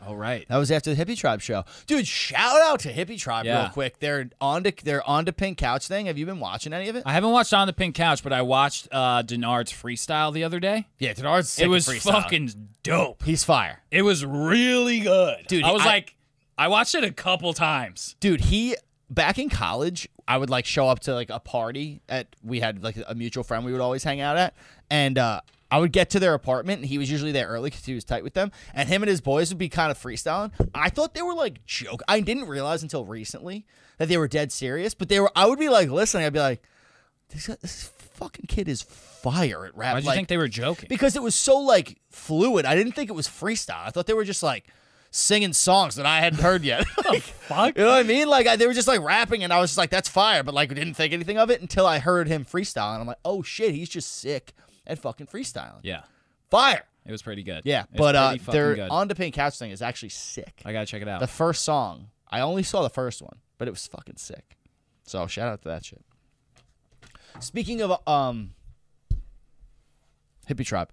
Oh right. That was after the hippie tribe show. Dude, shout out to hippie tribe Yeah. real quick. They're on to they're on to pink couch thing. Have you been watching any of it? I haven't watched on the pink couch, but I watched uh, Denard's freestyle the other day. yeah, Denard's sick it at was freestyle. fucking dope. He's fire. It was really good. Dude, I was I- like, I watched it a couple times. Dude, he back in college, I would like show up to like a party at we had like a mutual friend we would always hang out at, and uh I would get to their apartment, and he was usually there early because he was tight with them. And him and his boys would be kind of freestyling. I thought they were like joke. I didn't realize until recently that they were dead serious. But they were. I would be like listening. I'd be like, this, this fucking kid is fire at rap. Why do you like, think they were joking? because it was so like fluid. I didn't think it was freestyle. I thought they were just like singing songs that I hadn't heard yet. [laughs] Like, fuck? You know what I mean? Like I, they were just like rapping, and I was just like, "That's fire," but like didn't think anything of it until I heard him freestyle, and I'm like, "Oh shit, he's just sick and fucking freestyling." yeah, Fire. it was pretty good. Yeah, It was but uh, pretty fucking their good. on to paint couch thing is actually sick. I gotta check it out. the first song, I only saw the first one, but it was fucking sick. So shout out to that shit. Speaking of um hippie tribe,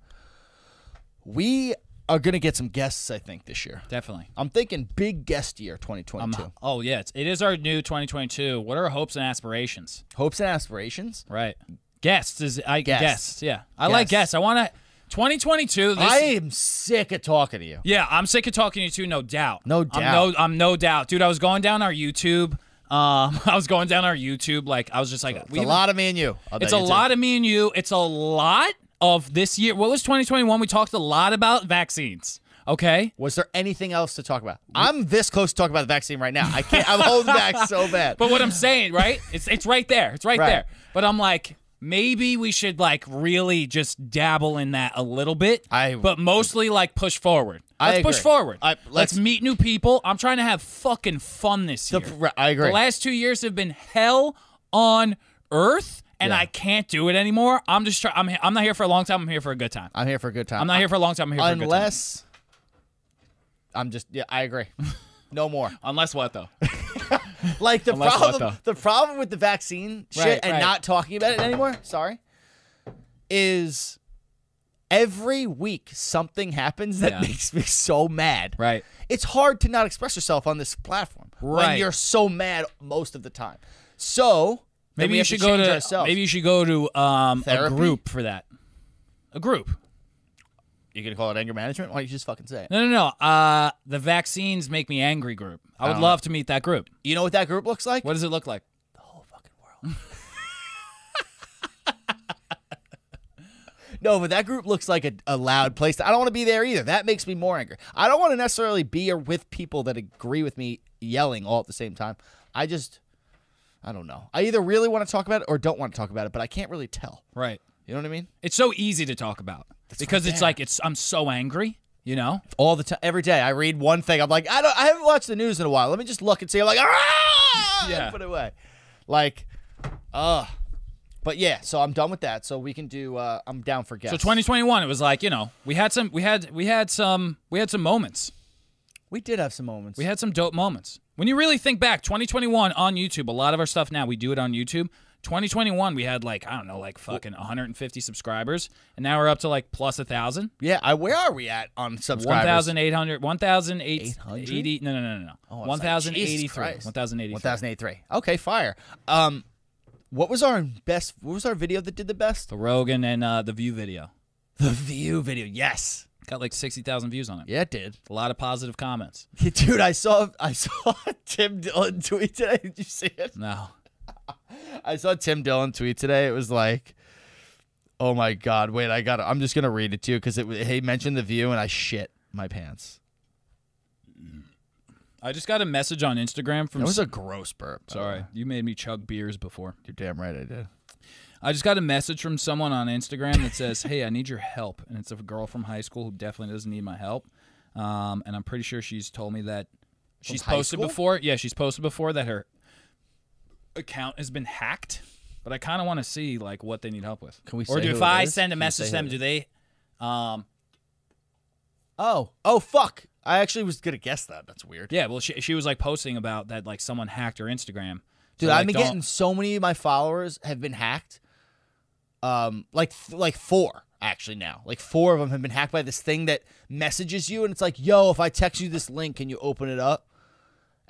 we are gonna get some guests. I think this year. Definitely. I'm thinking big guest year Um, 2022. oh yeah, it's, it is our new 2022. What are our hopes and aspirations? Hopes and aspirations. Right. Guests is I guess. Guests. yeah. I like Guests. guests. I want to 2022. This, I am sick of talking to you. yeah, I'm sick of talking to you too. No doubt. No I'm doubt. no, I'm no doubt, dude. I was going down our YouTube. Um, [laughs] I was going down our YouTube. Like I was just like, It's a lot of me and you. I'll It's a bet you too. lot of me and you. It's a lot of this year. What was 2021? We talked a lot about vaccines. Okay. Was there anything else to talk about? I'm this close to talking about the vaccine right now. I can't. I'm holding back [laughs] so bad. But what I'm saying, [laughs] right? It's it's right there. It's right, Right. there. But I'm like, maybe we should like really just dabble in that a little bit. I- but mostly like push forward. I Let's push agree. forward. I- let's, let's- meet new people. I'm trying to have fucking fun this The- year. I agree. The last two years have been hell on earth, and I can't do it anymore. I'm just trying. I'm, I'm not here for a long time. I'm here for a good time. I'm here for a good time. I'm not here for a long time. I'm here for a good time. unless I'm just yeah, I [laughs] agree. No more. Unless [laughs] what though? Like the Unless what, problem, the problem with the vaccine shit Right, and right. not talking about it anymore. Sorry, is every week something happens that Yeah. makes me so mad. Right. It's hard to not express yourself on this platform when Right. you're so mad most of the time. So then Maybe we you have should to go change to ourselves. maybe you should go to um, a Therapy? group for that. A group. you gonna call it anger management. Why don't you just fucking say it? No, no, no. Uh, the vaccines make me angry group. I Oh. would love to meet that group. You know what that group looks like? What does it look like? [laughs] No, but that group looks like a, a loud place. I don't want to be there either. That makes me more angry. I don't want to necessarily be or with people that agree with me yelling all at the same time. I just, I don't know. I either really want to talk about it or don't want to talk about it, but I can't really tell. Right. You know what I mean? It's so easy to talk about because it's like it's I'm so angry, you know? All the time, every day, I read one thing. I'm like, I don't. I haven't watched the news in a while. Let me just look and see. I'm like, ah, And Yeah. put it away. Like, uh But yeah, so I'm done with that. So we can do. uh I'm down for guests. So 2021 it was like, you know, we had some we had we had some we had some moments. We did have some moments. We had some dope moments. When you really think back, 2021 on YouTube, a lot of our stuff now we do it on YouTube. 2021 we had like I don't know, like fucking 150 subscribers and now we're up to like plus a 1000. yeah. I, where are we at on subscribers? 1,800, 800? 1,080, no, no, no, no, no. I was like, Jesus 1,083, Christ. 1,083. 1083. Okay, fire. Um, what was our best? What was our video that did the best? The Rogan and uh, the View video. The view video. Yes. Got like 60,000 views on it. Yeah, it did. [laughs] A lot of positive comments. Yeah, dude, I saw I saw [laughs] Tim Dillon tweet today. Did you see it? No. I saw Tim Dillon tweet today. It was like, oh my god, wait, I got. I'm just gonna read it to you because it was- he mentioned the view and I shit my pants. I just got a message on Instagram from. That was a gross burp. by the sorry, way. you made me chug beers before. You're damn right I did. I just got a message from someone on Instagram that says, "Hey, I need your help," and it's a girl from high school who definitely doesn't need my help. Um, and I'm pretty sure she's told me that she's high posted school? before. Yeah, she's posted before that her account has been hacked. But I kind of want to see like what they need help with. Can we Or say do who if it I is? send a Can we message say to them, who do they? Um, Oh, oh fuck! I actually was gonna guess that. That's weird. yeah. Well, she, she was like posting about that like someone hacked her Instagram. So, Dude, like, I've been don't- getting so many of my followers have been hacked. Um, like th- like four actually now, like four of them have been hacked by this thing that messages you, and it's like, yo, if I text you this link, can you open it up?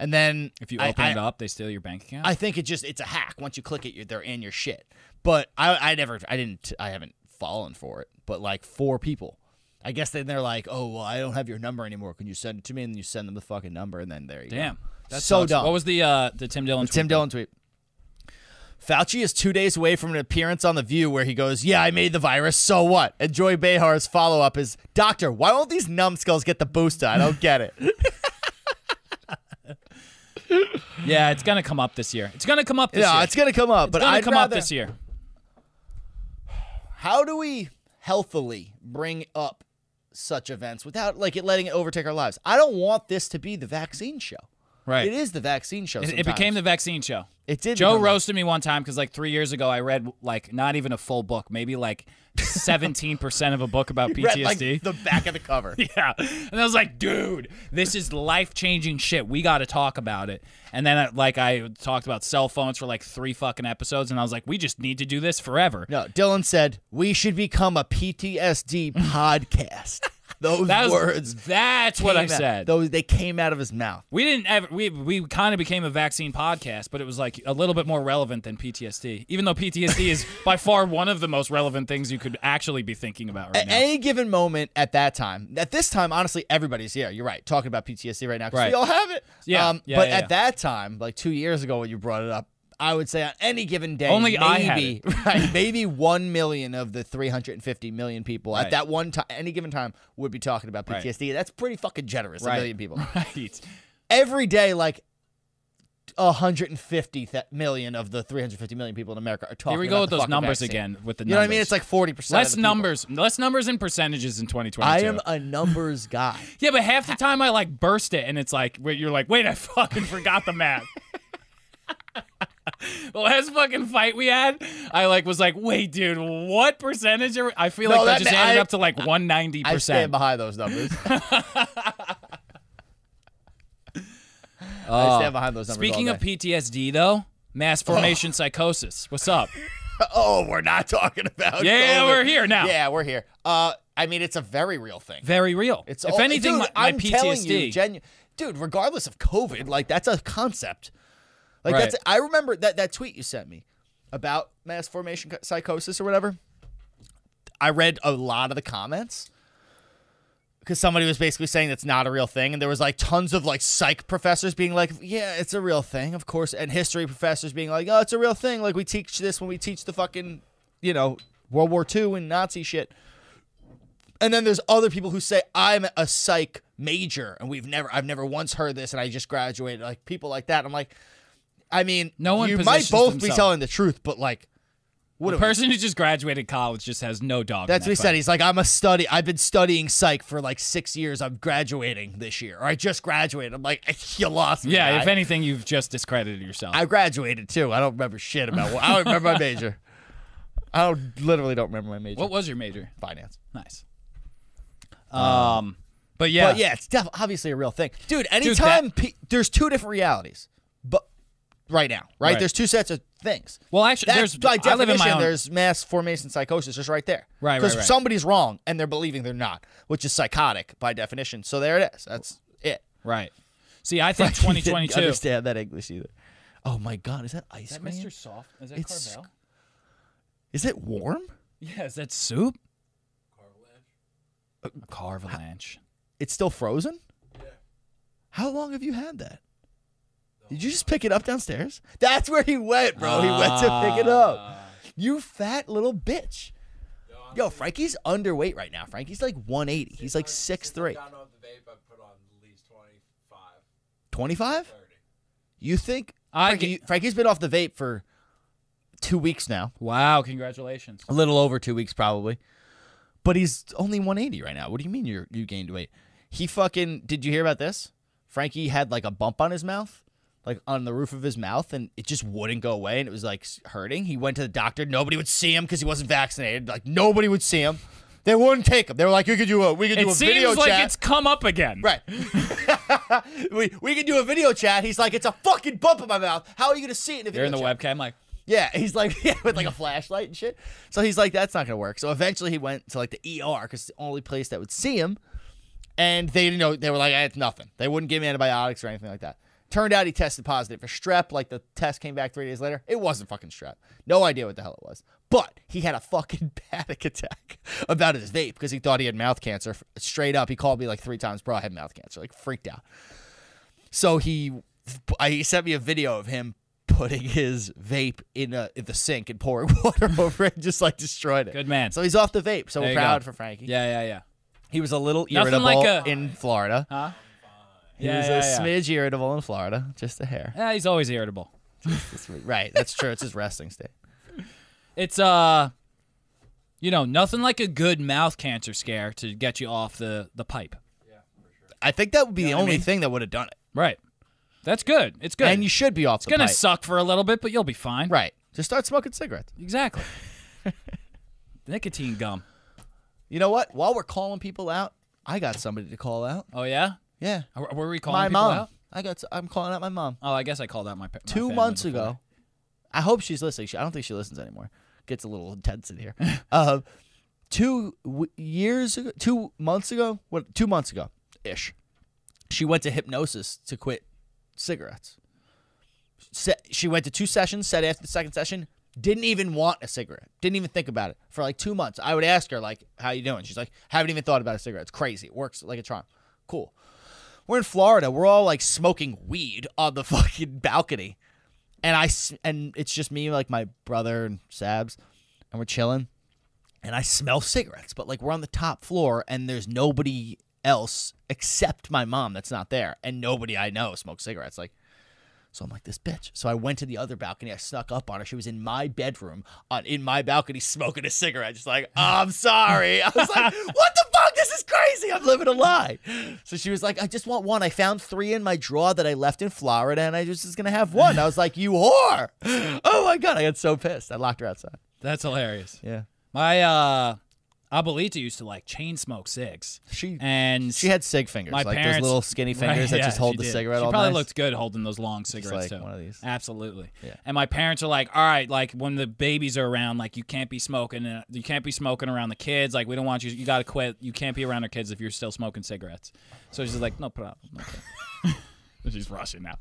And then If you I- open I, it up, they steal your bank account. I think it just it's a hack. Once you click it, you're, they're in your shit. But I I never I didn't I haven't fallen for it. But like four people, I guess then they're like, oh well, I don't have your number anymore. Can you send it to me? And then you send them the fucking number, and then there you go. Damn. That's so dumb. What was the uh, the Tim Dillon? Tim tweet? Dillon tweet. Fauci is two days away from an appearance on The View where he goes, Yeah, I made the virus, so what? And Joy Behar's follow up is, Doctor, why won't these numbskulls get the booster? I don't get [laughs] it. Yeah, it's gonna come up this year. It's gonna come up this yeah, year. it's going to come up, but gonna I'd come rather, up this year. How do we healthily bring up such events without like it letting it overtake our lives? I don't want this to be the vaccine show. Right. It is the vaccine show. It, it became the sometimes. vaccine show. It did. Joe become the- roasted me one time because like three years ago I read like not even a full book, maybe like seventeen percent of a [laughs] book about PTSD. read, like, the back of the cover. [laughs] yeah. And I was like, dude, this is life changing shit. We got to talk about it. And then, I, like, I talked about cell phones for like three fucking episodes, and I was like, we just need to do this forever. No, Dylan said we should become a [laughs] PTSD podcast. Those that was, words. That's what I came out- said. Those they came out of his mouth. we didn't ever. We we kind of became a vaccine podcast, but it was like a little bit more relevant than PTSD. Even though PTSD [laughs] is by far one of the most relevant things you could actually be thinking about right At now. any given moment at that time, at this time, honestly, everybody's here. You're right, talking about PTSD right now because Right. we all have it. Um, Yeah, yeah, but yeah, at yeah. that time, like two years ago, when you brought it up, I would say on any given day, Only maybe, I had [laughs] right, maybe one million of the 350 million people at Right. that one time, any given time, would be talking about Right. PTSD. That's pretty fucking generous, a [laughs] Right. million people. right. every day, like 150 th- million of the 350 million people in America are talking. Here we go about with the those fucking numbers vaccine. again. With the You know what I mean? It's like 40 percent. less numbers, less numbers and percentages in 2022. I am a numbers guy. yeah, but half the time I like burst it, and it's like wait, you're like, wait, I fucking forgot the math. [laughs] the last fucking fight we had, I like was like, wait, dude, what percentage? Are we-" I feel No, like that, that just ma- added I- up to like 190 [laughs] I stand percent. behind those [laughs] numbers. [laughs] I stand behind those numbers. Speaking all of day. PTSD though, mass formation psychosis. What's up? oh, we're not talking about. Yeah, COVID. we're here now. Yeah, we're here. Uh, I mean, it's a very real thing. Very real. It's if all- anything, dude, my, my I'm PTSD. telling you, genu- dude. Regardless of COVID, like that's a concept. Like Right. that's. I remember that that tweet you sent me about mass formation co- psychosis or whatever. I read a lot of the comments because somebody was basically saying that's not a real thing, and there was like tons of like psych professors being like, "Yeah, it's a real thing, of course," and history professors being like, "Oh, it's a real thing. Like we teach this when we teach the fucking, you know, World War II and Nazi shit." And then there's other people who say I'm a psych major and we've never I've never once heard this and I just graduated like people like that. I'm like I mean, No one you might positions both be themselves. telling the truth, but like what The do we- person who just graduated college just has no dog. in That's that what he fight. said. He's like I'm a study I've been studying psych for like 6 years. I'm graduating this year. Or I just graduated. I'm like [laughs] you lost me. Yeah, guy. if anything, you've just discredited yourself. I graduated too. I don't remember shit about what I don't remember my [laughs] major. I don't, literally don't remember my major. what was your major? Finance. Nice. Um, but yeah, But yeah, it's def- obviously a real thing. Dude, that- anytime pe- there's two different realities. But right now, right? Right. There's two sets of things. Well, actually, That's there's- by I live in my definition, own- there's mass formation psychosis just right there. Right, Because right, right. somebody's wrong and they're believing they're not, which is psychotic by definition. So there it is. That's it. [laughs] right. See, I think He didn't 2022. understand that English either. Oh my god, is that ice cream? Soft? Is that It's- Carvel? Is it warm? Yeah, is that soup? Carvalanche. Carvalanche. It's still frozen? How long have you had that? Did you just pick it up downstairs? That's where he went, bro. he went to pick it Ah. up. You fat little bitch. Yo, Frankie's underweight right now. Frankie's like 180. He's like six three. I don't know the vape. I put on at least 25, 25? 30. You think I Frankie, get- Frankie's been off the vape for two weeks now. Wow, congratulations. A little over two weeks, probably. But he's only 180 right now. What do you mean you you gained weight? He fucking did you hear about this? Frankie had like a bump on his mouth, like on the roof of his mouth, and it just wouldn't go away, and it was like s- hurting. He went to the doctor. Nobody would see him because he wasn't vaccinated. Like nobody would see him. They wouldn't take him. They were like, "You could do a we could It do a seems video like chat." it's come up [laughs] again. Right. [laughs] we we could do a video chat. He's like, "It's a fucking bump in my mouth. How are you gonna see it?" In a You're in the video chat?" webcam, like Yeah, he's like [laughs] yeah, with like a flashlight and shit. So he's like, that's not gonna work. So eventually he went to like the ER because the only place that would see him, and they didn't know they were like, eh, it's nothing. They wouldn't give him antibiotics or anything like that. Turned out he tested positive for strep. Like the test came back three days later, it wasn't fucking strep. No idea what the hell it was. But he had a fucking [laughs] panic attack about his vape because he thought he had mouth cancer. F- Straight up, he called me like three times, bro. I had mouth cancer. Like freaked out. So he, I, he sent me a video of him putting his vape in, a, in the sink and pouring [laughs] water over it, just like destroyed it. Good man. So he's off the vape. So There we're you go. proud for Frankie. yeah, yeah, yeah. He was a little Nothing irritable like a- in Florida. Huh? He yeah, was yeah, a yeah. smidge irritable in Florida, just a hair. Yeah, he's always irritable. That's right. [laughs] right, that's true. It's his resting state. It's uh, you know, nothing like a good mouth cancer scare to get you off the the pipe. I think that would be the only thing that would have done it. Right. That's good. It's good. And you should be off It's the gonna pipe. suck for a little bit, but you'll be fine. Right. Just start smoking cigarettes. [laughs] Exactly. Nicotine gum. You know what? While we're calling people out, I got somebody to call out. Oh yeah. Yeah. Are- Were we calling my people mom. out? I got. I'm calling out my mom. Oh, I guess I called out my, pa- my two family months before. ago. I hope she's listening. She, I don't think she listens anymore. Gets a little intense [laughs] in here. uh, two w- years ago, two months ago, what? Two months ago, ish. She went to hypnosis to quit cigarettes. Se- she went to two sessions. Said after the second session, didn't even want a cigarette. Didn't even think about it for like two months. I would ask her like, "How you doing?" She's like, "Haven't even thought about a cigarette. It's crazy. It works like a charm. Cool." We're in Florida. We're all like smoking weed on the [laughs] fucking balcony and I s- and it's just me like my brother and Sabs, and we're chilling, and I smell cigarettes, but like we're on the top floor and there's nobody else except my mom that's not there, and nobody I know smokes cigarettes. Like, So I'm like, this bitch. So I went to the other balcony. I snuck up on her. She was in my bedroom, on in my balcony, [laughs] smoking a cigarette. Just like, "Oh, I'm sorry. I was [laughs] like, what the fuck? This is crazy. I'm living a lie. So she was like, I just want one. I found three in my drawer that I left in Florida, and I just was gonna have one. I was like, you whore. Oh my god, I got so pissed. I locked her outside. That's hilarious. Yeah. My uh, abuelita used to like chain smoke cigs, She and she had cig fingers, my like parents- those little skinny [laughs] Right, fingers that yeah, just hold she the did. cigarette She all probably nice. looked good holding those long cigarettes like too. one of these. Absolutely. Yeah. And my parents are like, "All right, like when the babies are around, like you can't be smoking, uh, you can't be smoking around the kids. Like we don't want you. You gotta quit. You can't be around our kids if you're still smoking cigarettes." So she's like, "No problem." [laughs] No problem." [laughs] she's Russian now.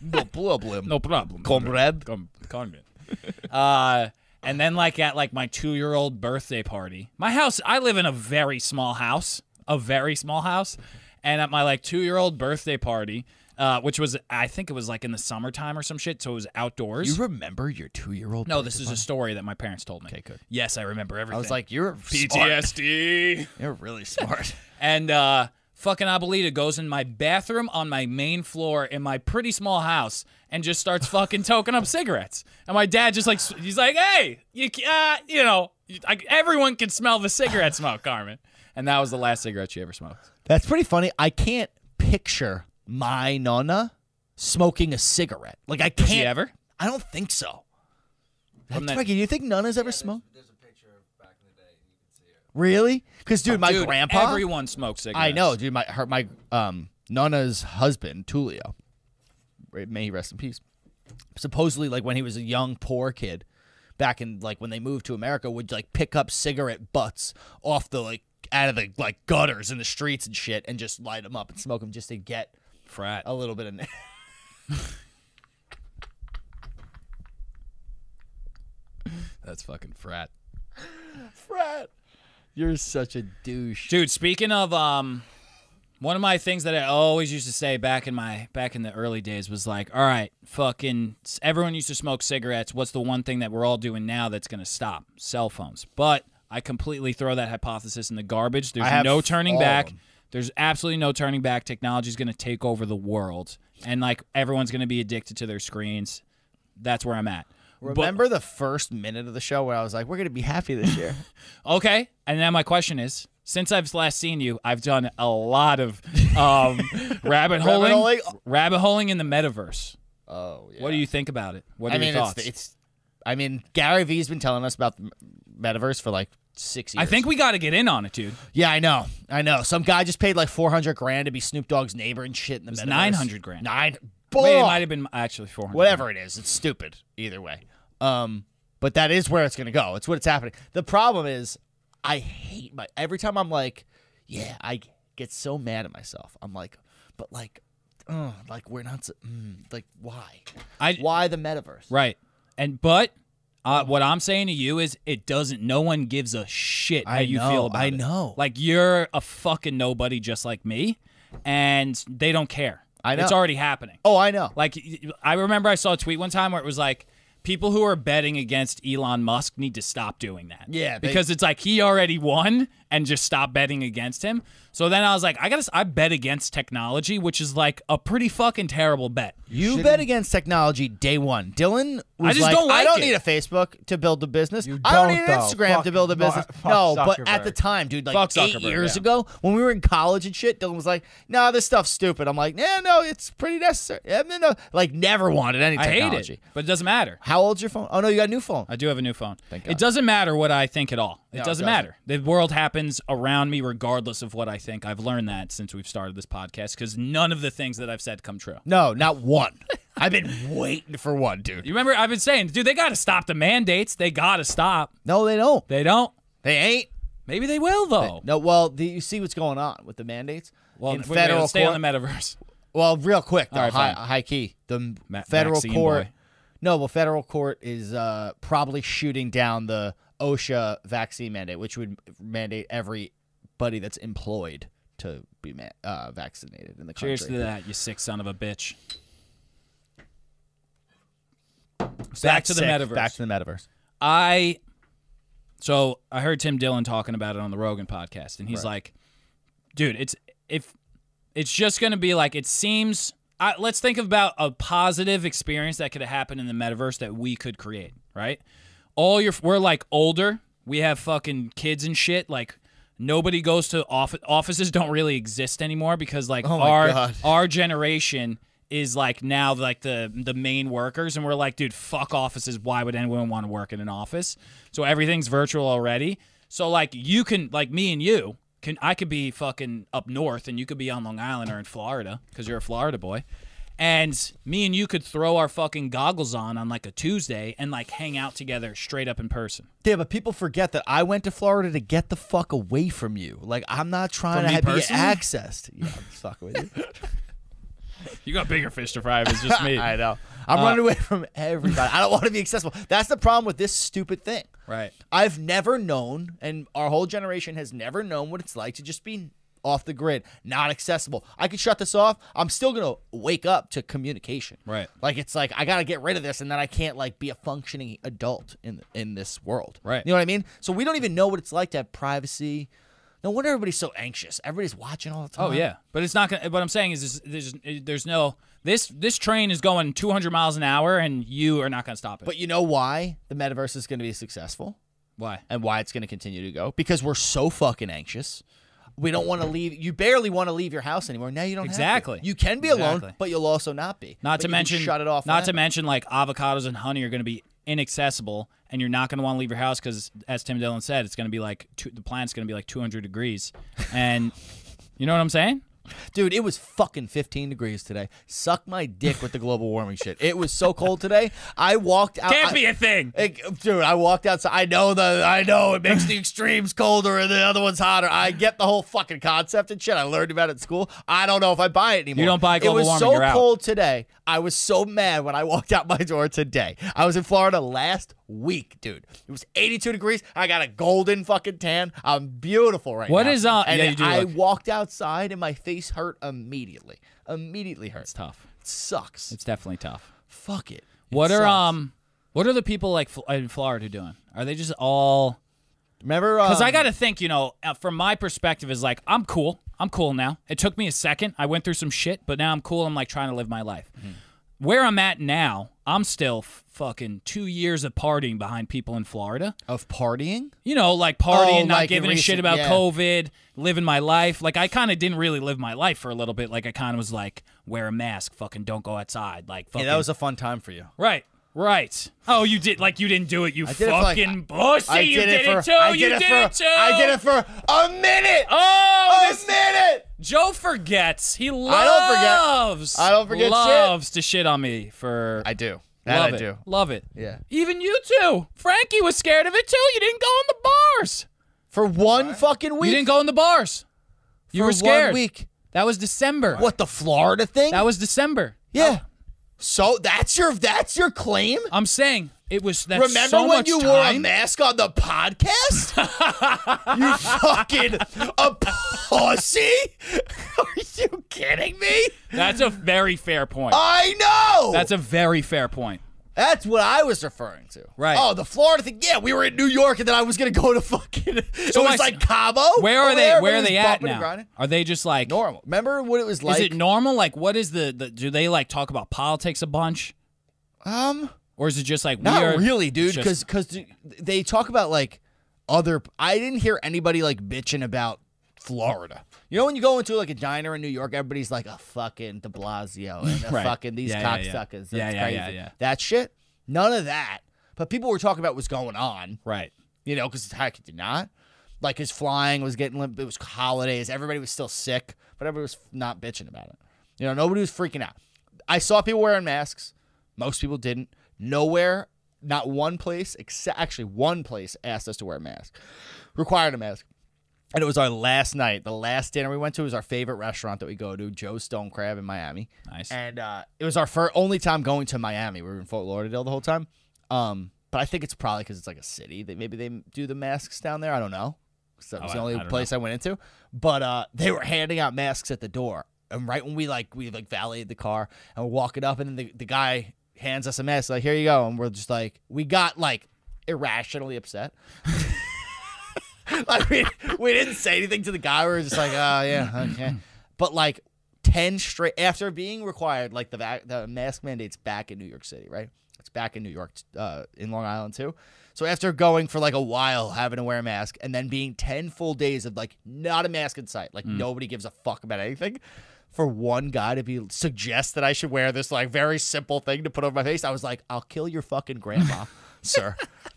no problem. No problem. Comrade. Com- comrade. [laughs] uh, and then like at like my two year old birthday party, my house. I live in a very small house, a very small house, and at my like two year old birthday party. Uh, which was, I think it was like in the summertime or some shit, so it was outdoors. You remember your two-year-old? no, this is a story that my parents told me. Okay, good. Yes, I remember everything. I was like, you're smart. PTSD. You're really [laughs] smart. And uh, fucking Abuelita goes in my bathroom on my main floor in my pretty small house and just [laughs] starts fucking toking up cigarettes. And my dad just like, he's like, hey, you, ca- uh, you know, you- I, everyone can smell the cigarette smoke, Carmen. And that was the last cigarette she ever smoked. That's pretty funny. I can't picture my nonna smoking a cigarette. Like I can't. She ever? I don't think so. That's From that- Frankie, do you think nonnas ever smoked? Really? Because dude, my Oh, Dude, grandpa. Everyone smoked cigarettes. I know, dude. My her, my um nonna's husband Tulio. May he rest in peace. Supposedly, like when he was a young poor kid, back in like when they moved to America, would like pick up cigarette butts off the like out of the like gutters in the streets and shit, and just light them up and smoke them just to get Frat. a little bit [laughs] of. That's fucking frat. Fred, you're such a douche. Dude, speaking of um one of my things that I always used to say back in my back in the early days was like, "All right, fucking everyone used to smoke cigarettes. What's the one thing that we're all doing now that's going to stop? Cell phones." But I completely throw that hypothesis in the garbage. I There's have no turning all of back. them. There's absolutely no turning back. Technology's going to take over the world and like everyone's going to be addicted to their screens. That's where I'm at. But- Remember the first minute of the show where I was like, "We're gonna be happy this [laughs] year." Okay. And now my question is, since I've last seen you, I've done a lot of [laughs] um, rabbit holing, holing? rabbit holing in the metaverse. oh yeah. What do you think about it? What are I mean, your thoughts? it's it's. I mean, Gary Vee's been telling us about the m- metaverse for like six years. I think we got to get in on it, dude. Yeah, I know. I know. Some guy just paid like four hundred grand to be Snoop Dogg's neighbor and shit in the was metaverse. 900 grand. Nine. Wait, it Boy! might have been actually 400. whatever it is, it's stupid either way. Um, but that is where it's gonna go. It's what it's happening. The problem is, I hate my every time I'm like, yeah, I get so mad at myself. I'm like, but like, uh, like we're not, s- mm, like why, I- why the metaverse? Right. And but uh, what I'm saying to you is, it doesn't. No one gives a shit how I you know, feel about I it. know. Like you're a fucking nobody, just like me, and they don't care. I know. It's already happening. Oh, I know. Like y- y- I remember I saw a tweet one time where it was like people who are betting against Elon Musk need to stop doing that. Yeah, they- because it's like he already won and just stop betting against him. So then I was like I got to I bet against technology, which is like a pretty fucking terrible bet. You bet against technology day one. Dylan was I just like, don't like I don't it." need a Facebook to build a business. You I don't don't, need an though. Instagram Fuck- to build a no, business. fuck No, but at Zuckerberg. the time, dude, like Fuck eight Zuckerberg, years yeah. ago, when we were in college and shit, Dylan was like, nah, this stuff's stupid. I'm like, yeah, no, it's pretty necessary. Yeah, no, no." Like, never wanted any I hate technology. it, but it doesn't matter. How old's your phone? Oh, no, you got a new phone. I do have a new phone. Thank It God. doesn't matter what I think at all. It No, it doesn't doesn't. matter. The world happens around me regardless of what I think. I've learned that since we've started this podcast because none of the things that I've said come true. No, not one. [laughs] I've been waiting for one, dude. You remember I've been saying, dude, they got to stop the mandates. They got to stop. No, they don't. They don't. They ain't. Maybe they will though. No, well, the, you see what's going on with the mandates? well, in wait, wait, federal let's stay court. on the metaverse. Well, real quick, though, All right, high, fine. high key. The Ma- federal vaccine court. boy. No, well, federal court is uh, probably shooting down the OSHA vaccine mandate, which would mandate everybody that's employed to be ma- uh, vaccinated in the country. Cheers to that, you sick son of a bitch. That's Back to the sick. metaverse. Back to the metaverse. I so I heard Tim Dillon talking about it on the Rogan podcast, and he's like, "Dude, it's if it's just gonna be like it seems I, let's think about a positive experience that could have happened in the metaverse that we could create, right? All your we're like older, we have fucking kids and shit. Like nobody goes to office. Offices don't really exist anymore because like Oh my our God. our generation is like now like the the main workers, and we're like, dude, fuck offices. Why would anyone want to work in an office? So everything's virtual already. So like you can like me and you. Can, I could be fucking up north, and you could be on Long Island or in Florida because you're a Florida boy and me and you could throw our fucking goggles on on like a Tuesday and like hang out together straight up in person. Yeah, but people forget that I went to Florida to get the fuck away from you. Like I'm not trying From me to be personally? accessed. Yeah, I'm fucking [laughs] with you. You got bigger fish to fry if it's [laughs] just me. I know. Uh, I'm running away from everybody. I don't want to be accessible. That's the problem with this stupid thing. right. I've never known, and our whole generation has never known what it's like to just be off the grid, not accessible. I could shut this off. I'm still gonna wake up to communication. Right. Like it's like I gotta get rid of this, and then I can't like be a functioning adult in in this world. Right. You know what I mean? So we don't even know what it's like to have privacy. No wonder everybody's so anxious. Everybody's watching all the time. Oh yeah, but it's not gonna. What I'm saying is, is there's there's no this this train is going 200 miles an hour and you are not gonna stop it. But you know why the metaverse is gonna be successful? why? and why it's going to continue to go because we're so fucking anxious. We don't want to leave. You barely want to leave your house anymore. Now you don't have to. Exactly. You can be Exactly. alone, but you'll also not be. Not But to you can mention shut it off. Not to whenever. mention like avocados and honey are gonna be inaccessible and you're not gonna want to leave your house because as Tim Dillon said, it's gonna be like two, the planet's gonna be like 200 degrees, and [laughs] you know what I'm saying? dude. It was fucking 15 degrees today. Suck my dick with the global warming shit. It was so cold today. I walked out. Can't I- be a thing. It- dude, I walked outside. I know the, I know it makes the extremes colder and the other one's hotter. I get the whole fucking concept and shit. I learned about it at school. I don't know if I buy it anymore. don't buy global It was warming, so you're out. cold today. I was so mad when I [laughs] walked out my door today. I was in Florida last week, dude. It was 82 degrees. I got a golden fucking tan. I'm beautiful right What now. is, uh, And yeah, you do I look- walked outside and my face hurt immediately. Immediately hurt. It's tough. sucks. It's definitely tough. Fuck it. It What are sucks. um what are the people like Fl- in Florida doing? Are they just all Remember? Cuz I um, got to think, you know, uh, from my perspective is like I'm cool. I'm cool now. It took me a second. I went through some shit, but now I'm cool. I'm like trying to live my life. Hmm. Where I'm at now, I'm still f- fucking 2 years of partying behind people in Florida. of partying. You know, like partying, Oh, not like in giving a shit recent- about yeah. COVID, living my life. Like I kind of didn't really live my life for a little bit. Like I kind of was like wear a mask, fucking don't go outside, like fucking Yeah, that was a fun time for you. Right. Right. Oh, you did like you didn't do it. You did it for, like, fucking pussy. I you did it for. too. I you did it did for. it too. I did it for a minute. Oh, a this- minute. Joe forgets. He loves. don't forget. I don't forget shit. Loves to shit on me for. I do. love it. Love it. Yeah. Even you too. Frankie was scared of it too. You didn't go in the bars. For one fucking week. You didn't go in the bars. You for were scared. One week. That was December. What the Florida thing? That was December. yeah. So that's your that's your claim. I'm saying it was. That's Remember so when much you time. wore a mask on the [laughs] podcast? you fucking a pussy? [laughs] Are you kidding me? That's a very fair point. I know. That's a very fair point. That's what I was referring to. Right. Oh, the Florida thing. Yeah, we were in New York, and then I was gonna go to fucking. [laughs] So it I s- was like Cabo. Where are over they? there, Where are oh, everybody's they at bumping and now? grinding. Are they just like Normal. Remember what it was like? Is it normal? Like, what is the, the? Do they like talk about politics a bunch, um, or is it just like not we are really, dude. just- Because they talk about like other. I didn't hear anybody like bitching about Florida. You know when you go into like a diner in New York, everybody's like a fucking De Blasio [laughs] and a Right. fucking these Yeah, yeah, yeah. cocksuckers. That's Yeah, yeah, crazy. yeah, yeah. That shit. None of that. But people were talking about what's going on. right? you know, because how could you not? Like his flying was getting limp. It was holidays. Everybody was still sick, but everybody was not bitching about it. You know, nobody was freaking out. I saw people wearing masks. Most people didn't. Nowhere, not one place, except actually one place asked us to wear a mask, required a mask. And it was our last night. The last dinner we went to was our favorite restaurant that we go to, Joe's Stone Crab in Miami. Nice. And uh, it was our fir- only time going to Miami. We were in Fort Lauderdale the whole time. Um, but I think it's probably because it's like a city that maybe they do the masks down there. I don't know. So that was Oh, I- the only I don't place I went into. But uh, they were handing out masks at the door. And right when we like we like valeted the car and we're walking up, and then the, the guy hands us a mask like, "Here you go," and we're just like, we got like irrationally upset. [laughs] like we, we didn't say anything to the guy. We were just like, oh yeah, okay. But like ten straight after being required like the vac- the mask mandates back in New York City, right? It's back in New York, uh, in Long Island too. So after going for like a while, having to wear a mask, and then being ten full days of like not a mask in sight, like nobody gives a fuck about anything. For one guy to be suggest that I should wear this like very simple thing to put over my face, I was like, "I'll kill your fucking grandma, [laughs] sir."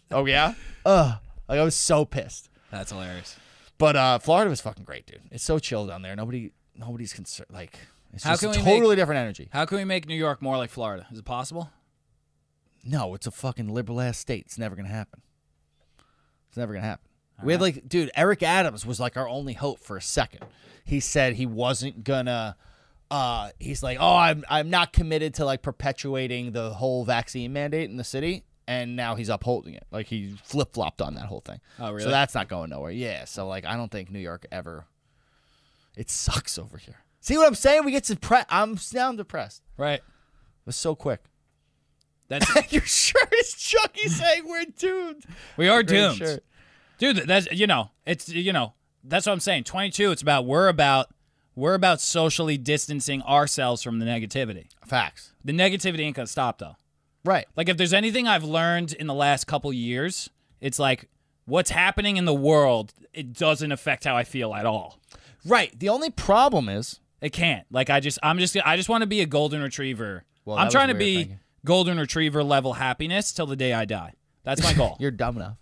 Oh yeah, ugh, like I was so pissed. That's hilarious. But uh, Florida was fucking great, dude. It's so chill down there. Nobody, nobody's concerned. Like, it's How just can a we totally make- different energy. How can we make New York more like Florida? Is it possible? No, it's a fucking liberal ass state. It's never gonna happen. It's never gonna happen. we had like, dude, Eric Adams was like our only hope for a second. He said he wasn't gonna. Uh, he's like, oh, I'm I'm not committed to like perpetuating the whole vaccine mandate in the city, and now he's upholding it. Like he flip flopped on that whole thing. Oh, really? So that's not going nowhere. Yeah. So like, I don't think New York ever. It sucks over here. See what I'm saying? We get depressed. I'm now I'm depressed. Right. It was so quick. [laughs] That's Your shirt is Chucky saying we're doomed. [laughs] we are Great doomed, shirt. dude. That's you know, it's you know, that's what I'm saying. 22. It's about we're about we're about socially distancing ourselves from the negativity. Facts. The negativity ain't gonna stop though. Right. Like if there's anything I've learned in the last couple years, it's like what's happening in the world. It doesn't affect how I feel at all. Right. The only problem is It can't. Like I just, I'm just, I just want to be a golden retriever. Well, that I'm was trying to weird be thinking. golden retriever level happiness till the day I die. That's [laughs] my goal. you're dumb enough.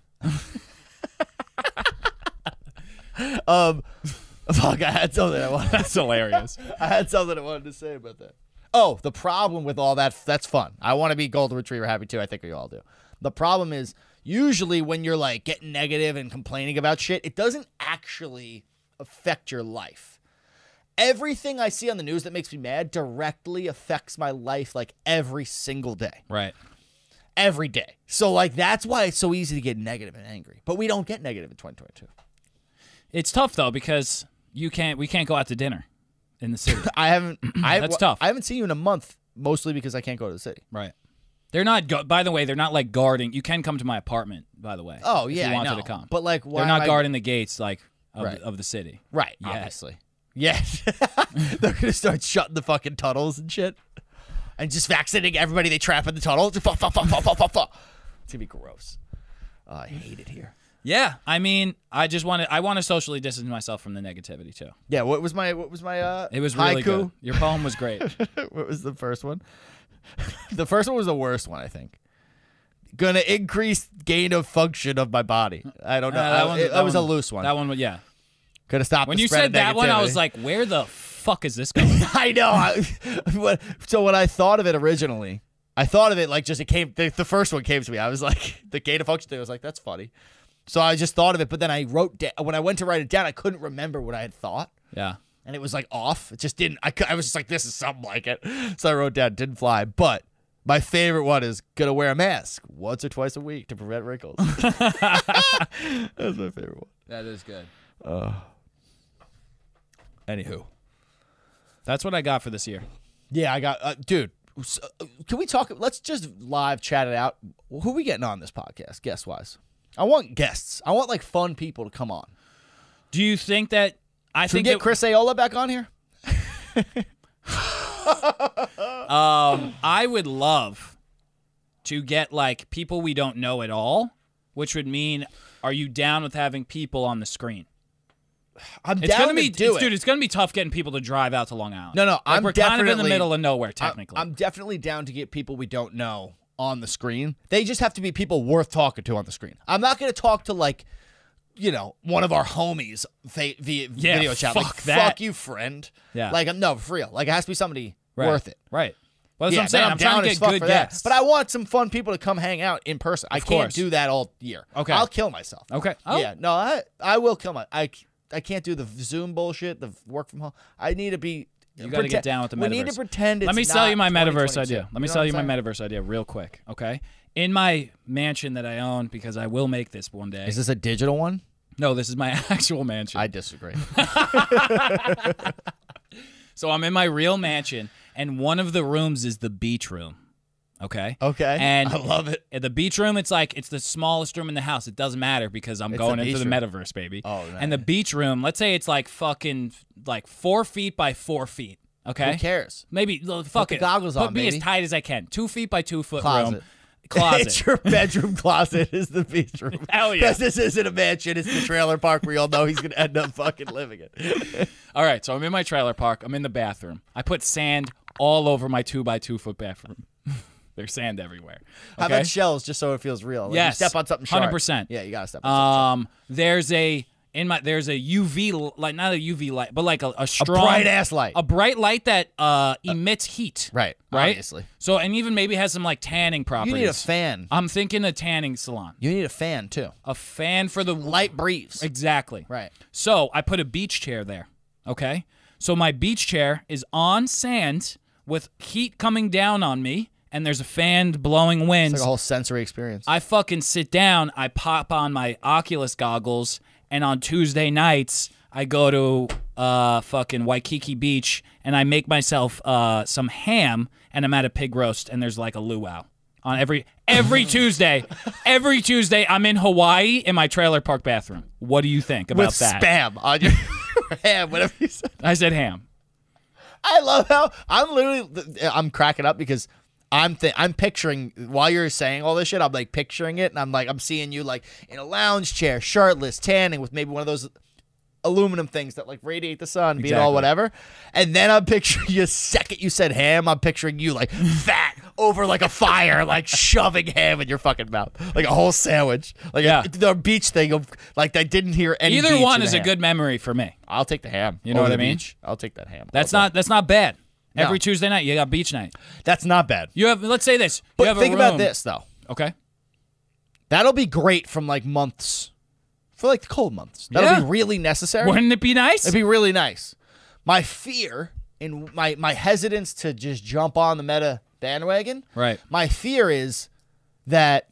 um, [laughs] fuck. I had something I wanted. That's hilarious. [laughs] I had something I wanted to say about that. Oh, the problem with all that that's fun. I want to be golden retriever happy too. I think we all do. The problem is usually when you're like getting negative and complaining about shit, it doesn't actually affect your life. Everything I see on the news that makes me mad directly affects my life like every single day. right. Every day. So like that's why it's so easy to get negative and angry. But we don't get negative in 2022. It's tough though because you can't, we can't go out to dinner in [laughs] the city. I haven't [clears throat] I That's tough. I haven't seen you in a month mostly because I can't go to the city. right. They're not. Go- by the way, they're not like guarding. You can come to my apartment. By the way. Oh if yeah, You wanted I know. to come. But like, why they're am not I- guarding the gates like of, Right. of the city. Right. yet. Obviously. Yes. [laughs] they're gonna start shutting the fucking tunnels and shit, and just vaccinating everybody they trap in the tunnel. Just fa- fa- fa- fa- fa- fa- fa. It's gonna be gross. Uh, I hate it here. Yeah. I mean, I just want to. I want to socially distance myself from the negativity too. Yeah. What was my What was my uh? It was really haiku? good. Your poem was [laughs] great. what was the first one? [laughs] the first one was the worst one, I think. Gonna increase gain of function of my body. I don't know. Uh, I- one's- it- that, was one- a loose one. That one, yeah. Could have stopped. When the you spread said of that one, I was negativity. like, where the fuck is [laughs] this going? I know. I, what- so when I thought of it originally, I thought of it like just it came. The, the first one came to me. I was [laughs] like, the gain of function thing. I was like, that's funny. So I just thought of it, but then I wrote down. when I went to write it down, I couldn't remember what I had thought, yeah. and it was like off. It just didn't. I, cou- I was just like, this is something like it. So I wrote down, didn't fly. But my favorite one is gonna wear a mask once or twice a week to prevent wrinkles. [laughs] that's my favorite one. That is good. Anywho, That's what I got for this year. yeah, I got uh, dude. s- uh, Can we talk? Let's just live chat it out. Who we getting on this podcast? Guest wise, I want guests. I want like fun people to come on. Do you think that I Should we think get that- Chris Ayola back on here? um I would love to get like people we don't know at all, which would mean are you down with having people on the screen? I'm It's down gonna be to do it's- it. dude, it's gonna be tough getting people to drive out to Long Island. No, no, Like, I'm we're kind of in the definitely- middle of nowhere I- technically. I'm definitely down to get people we don't know on the screen. They just have to be people worth talking to on the screen. I'm not going to talk to like, you know, one of our homies va- via Yeah, video chat. like, fuck that. fuck you, friend. Yeah. Like, no, for real. Like, it has to be somebody Right. worth it. Right. Well that's what I'm then saying. I'm, trying down to as get fuck good for that. guests. But I want some fun people to come hang out in person. I Of can't course. do that all year. Okay. I'll kill myself. Okay. Oh. Yeah. No, I I will kill my I c- I can't do the Zoom bullshit, the work from home. I need to be. You gotta get down with the We metaverse. need to pretend. It's Let me sell you not my metaverse 2022. idea. Let me know sell what you my I'm saying? metaverse idea real quick, okay? In my mansion that I own, because I will make this one day. Is this a digital one? no, this is my [laughs] actual mansion. I disagree. [laughs] so I'm in my real mansion, and one of the rooms is the beach room, okay? Okay. And I love it. At the beach room, it's like it's the smallest room in the house. It doesn't matter because I'm It's the going into beach the room. metaverse, baby. Oh, And the beach room, let's say it's like fucking like four feet by four feet. Okay. Who cares? Maybe l- fuck the it. goggles Put on, me baby. as tight as I can. Two feet by two foot room. Closet. [laughs] It's Closet. your bedroom closet is the beach room. [laughs] Hell yeah. 'Cause This isn't a mansion. It's the trailer park where y'all know he's gonna end up fucking living it. all right. So I'm in my trailer park. I'm in the bathroom. I put sand all over my two by two foot bathroom. [laughs] There's sand everywhere. How Okay? about shells just so it feels real? Like Yes. You step on something sharp. 100%. Yeah, you gotta step on Um, there's a in my there's a UV l- light, not a UV light, but like a, a something. strong, A bright ass light. a bright light that uh emits heat. right. Right. Obviously. So and even maybe has some like tanning You properties. need a fan. I'm thinking a tanning salon, You need a fan too. a fan for the Light breeze. Exactly. Right. So I put a beach chair there. Okay. So my beach chair is on sand with heat coming down on me, and there's a fan blowing It's like winds. a whole sensory experience. I fucking sit down, I pop on my Oculus goggles, and on Tuesday nights, I go to uh fucking Waikiki Beach and I make myself uh some ham and I'm at a pig roast and there's like a luau on every [laughs] every Tuesday. Every Tuesday I'm in Hawaii in my trailer park bathroom. What do you think about With that? spam on your [laughs] ham, whatever you said. I said ham. I love how I'm literally I'm cracking up because I'm th- I'm picturing while you're saying all this shit, I'm like picturing it, and I'm like I'm seeing you like in a lounge chair, shirtless, tanning with maybe one of those aluminum things that like radiate the sun, be it all Exactly. whatever. And then I'm picturing you. [laughs] Second you said ham, I'm picturing you like fat over like a fire, like shoving ham in your fucking mouth, like a whole sandwich, like Yeah. a, the beach thing of like I didn't hear any. Either beach one in is the a ham. good memory for me. I'll take the ham. You know over what I the mean? beach. I'll take that ham. That's I'll- not that's not bad. No. Every Tuesday night you got beach night. That's not bad. You have let's say this. you But have think a room. about this though. Okay. That'll be great from like months, for like the cold months. That'll Yeah. be really necessary. Wouldn't it be nice? It'd be really nice. My fear and my my hesitance to just jump on the meta bandwagon. Right. My fear is that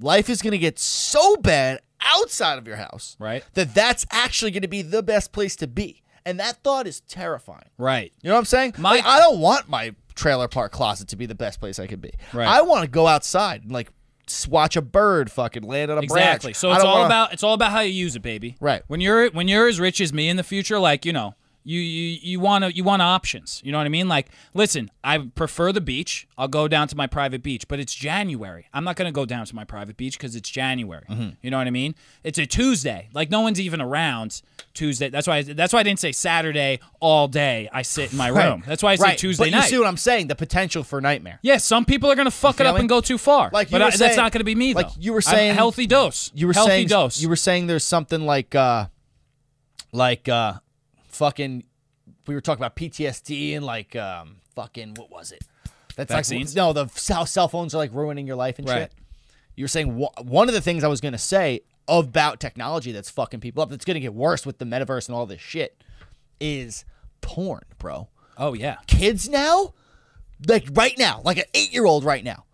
life is going to get so bad outside of your house Right. that that's actually going to be the best place to be, and that thought is terrifying. Right. You know what I'm saying? My- Like, I don't want my trailer park closet to be the best place I could be. Right. I want to go outside and like s- watch a bird fucking land on a branch. Exactly. So I it's don't all wanna- about it's all about how you use it, baby. Right. When you're when you're as rich as me in the future, like you know, you you you want to you want options. You know what I mean? Like, listen, I prefer the beach. I'll go down to my private beach, but it's January. I'm not gonna go down to my private beach because it's January. Mm-hmm. You know what I mean? It's a Tuesday. Like no one's even around Tuesday. That's why I, that's why I didn't say Saturday all day. I sit in my Right. room. That's why I said right. Tuesday but night. you see what I'm saying? The potential for nightmare. yeah, some people are gonna fuck it feel up me? and go too far. Like you but were I, that's saying- not gonna be me. like though. you were I'm saying- healthy dose. You were healthy saying dose. you were saying there's something like uh like uh fucking we were talking about PTSD and like um fucking what was it? That's like Vaccines? no, the cell cell phones are like ruining your life and Right. shit. You were saying wha- one of the things I was going to say about technology that's fucking people up that's going to get worse with the metaverse and all this shit is porn, bro. Oh yeah. kids now, like right now, like an eight year old right now,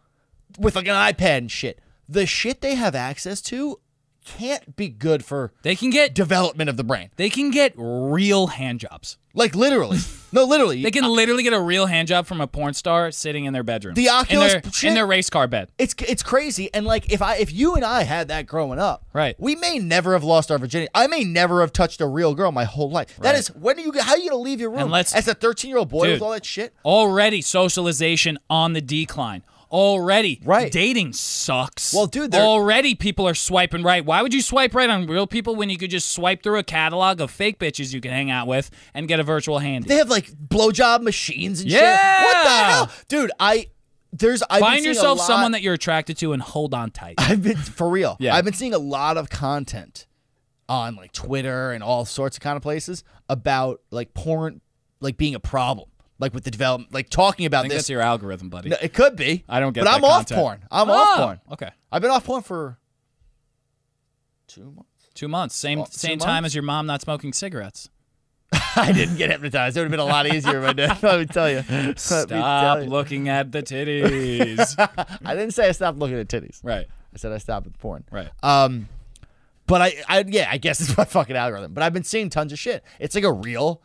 with like an iPad and shit, the shit they have access to can't be good for They can get development of the brain. they can get real hand jobs. Like [laughs] literally, no, literally, They can literally get a real hand job from a porn star sitting in their bedroom. Uh, The Oculus in their, shit? in their race car bed. it's it's crazy. And like if I if you and I had that growing up, Right. we may never have lost our virginity. I may never have touched a real girl my whole life. That is when are you how are you gonna leave your room And let's- as a thirteen year old boy Dude. with all that shit? Already socialization on the decline. Already Right. dating sucks. Well, dude, they're- already people are swiping right. Why would you swipe right on real people when you could just swipe through a catalog of fake bitches you can hang out with and get a virtual handy? They have like blowjob machines and Yeah. shit. What the hell, dude? I there's I've been Find seeing a yourself lot- someone that you're attracted to and hold [laughs] on tight. I've been for real. Yeah. I've been seeing a lot of content on like Twitter and all sorts of kind of places about like porn, like being a problem, like with the development, like talking I about think this. that's your algorithm, buddy. No, it could be. I don't get But that I'm off content. porn. I'm off Oh, porn. Okay. I've been off porn for [laughs] two months. Two months, same Well, two same time months? as your mom not smoking cigarettes. I didn't get hypnotized. It would have been a lot easier, but [laughs] let me tell you. Let me tell Stop you. looking at the titties. [laughs] I didn't say I stopped looking at titties. right, I said I stopped with porn. right. Um, but I, I, yeah, I guess [laughs] it's my fucking algorithm. But I've been seeing tons of shit. It's like a real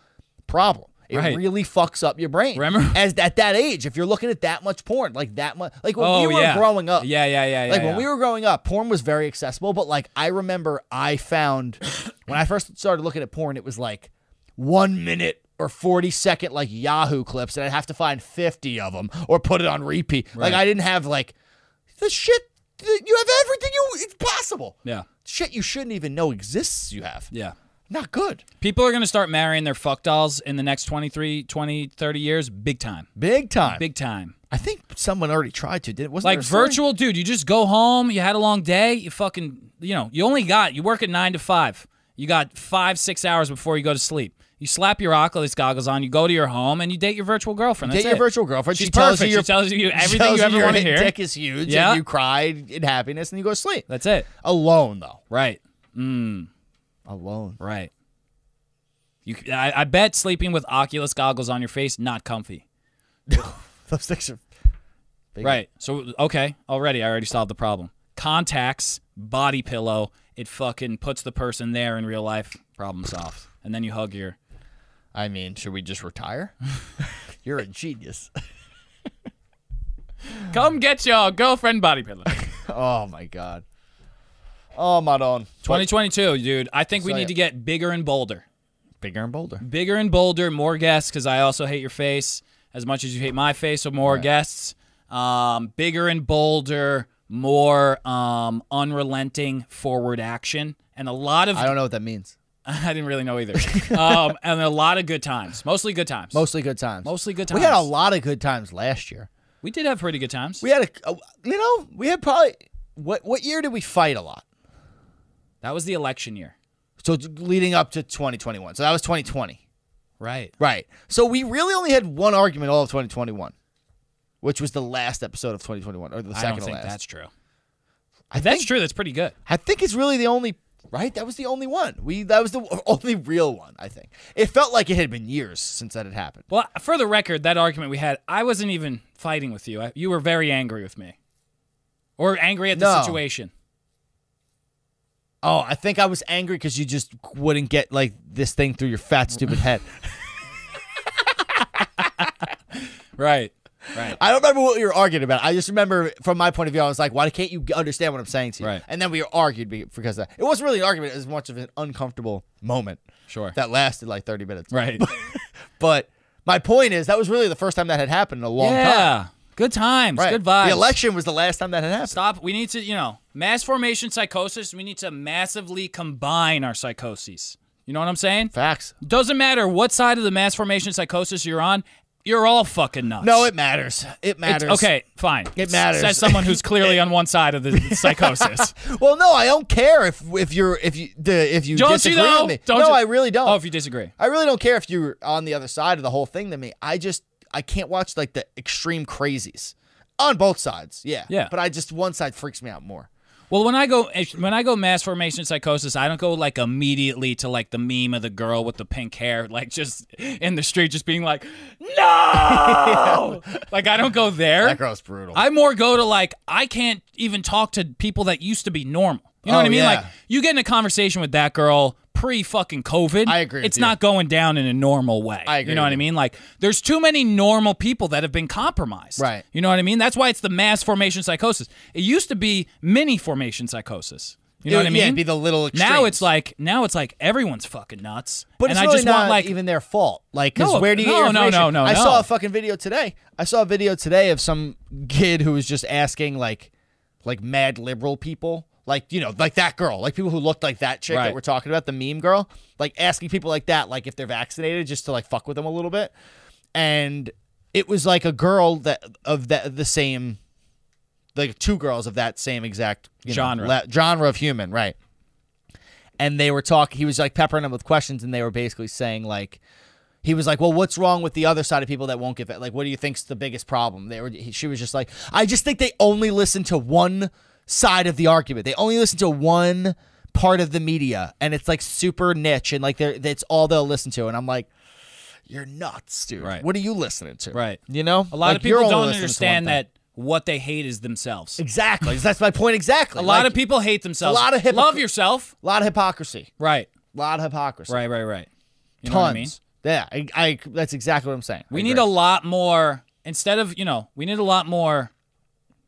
problem. It Right. really fucks up your brain. Remember- as at that age, if you're looking at that much porn, like that much, like when oh we were yeah. growing up, Yeah, yeah, yeah, yeah. like when yeah. we were growing up, porn was very accessible. But like I [coughs] remember, I found when I first started looking at porn, it was like one minute or 40 second like Yahoo clips and I'd have to find 50 of them or put it on repeat. Like Right. I didn't have like the shit that you have everything you it's possible. Yeah. Shit you shouldn't even know exists you have. Yeah. Not good. People are going to start marrying their fuck dolls in the next 23, 20, 30 years. Big time. Big time. Big time. I think someone already tried to, did it? Wasn't Like there a story? virtual, dude, you just go home. You had a long day. You fucking, you know, you only got, you work at nine to five. You got five, six hours before you go to sleep. You slap your Oculus goggles on, you go to your home, and you date your virtual girlfriend. Date That's your it. virtual girlfriend. She's she tells perfect. you your- she tells you she everything tells you ever your want to hear. dick is huge Yeah. and you cried in happiness and you go to sleep. That's it. Alone though. Right. Mm, Alone. [laughs] right. You, c- I, I bet sleeping with Oculus goggles on your face not comfy. Those things are big. Right. So okay, already I already solved the problem. Contacts, body pillow. It fucking puts the person there in real life. Problem solved. And then you hug your. I mean, should we just [laughs] retire? You're a genius. [laughs] Come get your girlfriend [laughs] body pillow. Oh my god. Oh my god. 2022, dude. I think we So, yeah. need to get bigger and bolder. Bigger and bolder. Bigger and bolder. More guests, because I also hate your face as much as you hate my face. So more guests. Um, bigger and bolder. More um, unrelenting forward action, and a lot of I don't know what that means. [laughs] I didn't really know either. [laughs] um, and a lot of good times, mostly good times. Mostly good times. Mostly good We had a times. lot of good times last year. we did have pretty good times. We had a, you know, we had probably what what year did we fight a lot? that was the election year, So it's leading up to 2021. So that was 2020. right? Right. So we really only had one argument all of 2021, which was the last episode of 2021 or the I second don't to think last. that's true. I That's think- true. That's pretty good. I think it's really the only right. That was the only one. We that was the [laughs] only real one. I think it felt like it had been years since that had happened. Well, for the record, that argument we had, I wasn't even fighting with you. I, you were very angry with me, or angry at the No. situation. Oh, I think I was angry because you just wouldn't get like this thing through your fat stupid head. Right. Right. [laughs] I don't remember what we were arguing about. I just remember from my point of view, I was like, "Why can't you g- understand what I'm saying to you?" Right. And then we argued be- because of that. it wasn't really an argument as much of an uncomfortable moment Sure. that lasted like 30 minutes. [laughs] right. But my point is that was really the first time that had happened in a long time. yeah. Good times. Right. Good vibes. The election was the last time that had happened. Stop. We need to, you know, mass formation psychosis. We need to massively combine our psychoses. You know what I'm saying? Facts. Doesn't matter what side of the mass formation psychosis you're on, you're all fucking nuts. No, it matters. It It's- matters. okay, fine. It matters. Says someone who's clearly on one [laughs] side of the psychosis. Well, no, I don't care if if you're if you the, if you Don't disagree you though? with me. Don't no, you- I really don't. Oh, if you disagree. I really don't care if you're on the other side of the whole thing than me. I just I can't watch like the extreme crazies on both sides. Yeah. Yeah. But I just one side freaks me out more. Well, when I go when I go mass formation psychosis, I don't go like immediately to like the meme of the girl with the pink hair, like just in the street, just being like, [laughs] no, like I don't go there. That girl's brutal. I more go to like I can't even talk to people that used to be normal. You know what Oh, I mean? yeah. Like you get in a conversation with that girl pre fucking COVID. I agree with It's you. not going down in a normal way. I agree You know with what I you. mean? Like there's too many normal people that have been compromised. Right. You know what I mean? That's why it's the mass formation psychosis. It used to be mini formation psychosis. You know It- what I mean? yeah, it'd be the little now extremes. it's like now it's like everyone's fucking nuts. But and it's I really just not want like even their fault. Like, 'cause No, where do you get your no, no, information? no, no, I saw no. a fucking video today. I saw a video today of some kid who was just asking like, like mad liberal people, like you know, like that girl, like people who looked like that chick Right. that we're talking about, the meme girl, like asking people like that, like if they're vaccinated, just to like fuck with them a little bit. And it was like a girl that of that the same, like two girls of that same exact you know, Genre. la- genre of human, right? and they were talking he was like peppering them with questions and they were basically saying like he was like well what's wrong with the other side of people that won't give it like what do you think's the biggest problem they were he, she was just like i just think they only listen to one side of the argument they only listen to one part of the media and it's like super niche and like they're that's all they'll listen to and i'm like you're nuts dude Right. what are you listening to Right. you know a lot of people don't understand that what they hate is themselves. exactly that's my point exactly A lot Like, of people hate themselves. a lot of hypocr- love yourself. a lot of hypocrisy Right. a lot of hypocrisy Right, right, right. You tons. know what I mean? Yeah, I, I- that's exactly what I'm saying. We I need agree. a lot more instead of, you know, we need a lot more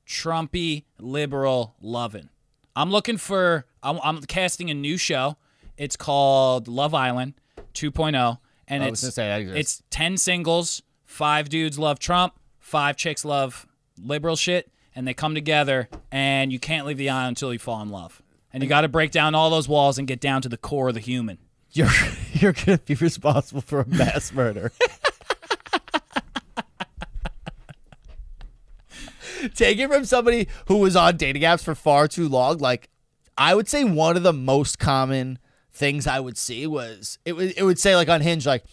Trumpy liberal loving. I'm looking for I'm, I'm casting a new show. It's called Love Island 2.0 oh, and Oh, I was it's gonna say that exists. it's ten singles. Five dudes love Trump. Five chicks love liberal shit, and they come together. And you can't leave the island until you fall in love. And you got to break down all those walls and get down to the core of the human. you're [laughs] you're gonna be responsible for a mass murder. Take it from somebody who was on dating apps for far too long. Like, I would say one of the most common things I would see was it would it would say like on Hinge like,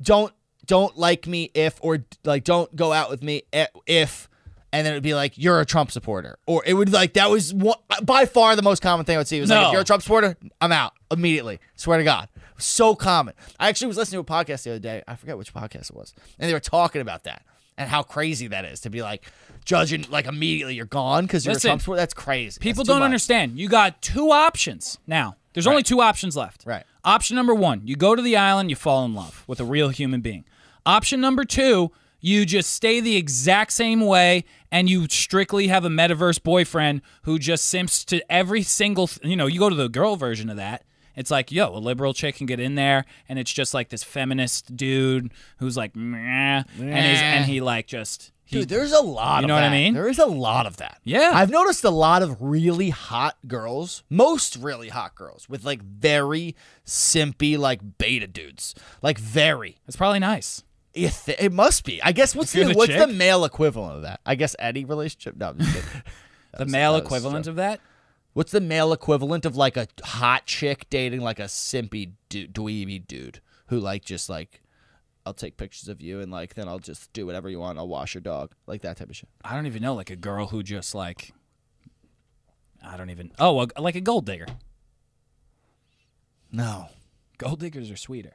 don't don't like me if or like don't go out with me e- if. And then it would be like you're a Trump supporter, or it would like that was one, by far the most common thing I would see. It was like if No. you're a Trump supporter, I'm out immediately. Swear to God. So common. I actually was listening to a podcast the other day. I forget which podcast it was. And they were talking about that and how crazy that is to be like judging like immediately you're gone because you're Listen, a Trump supporter. That's crazy. People That's too don't much. understand. You got two options now. There's only two options left. Right. Option number one, you go to the island, you fall in love with a real human being. Option number two, you just stay the exact same way and you strictly have a metaverse boyfriend who just simps to every single, th- you know, you go to the girl version of that. It's like, yo, a liberal chick can get in there, and it's just like this feminist dude who's like, meh, and, he's, and he like just, he, Dude, there's a lot. You of know what I that. mean? There is a lot of that. Yeah. I've noticed a lot of really hot girls, most really hot girls, with like very simpy, like beta dudes, like very. it's probably nice. You thi- it must be. I guess what's you're the, the what's the chick? male equivalent of that? I guess any relationship. No, I'm just [laughs] kidding. the male that was a equivalent joke. of that? What's the male equivalent of like a hot chick dating like a simpy du- dweeby dude who like just like I'll take pictures of you and like then I'll just do whatever you want. I'll wash your dog, like that type of shit. I don't even know, like a girl who just like, I don't even. Oh, a, like a gold digger. No, Gold diggers are sweeter.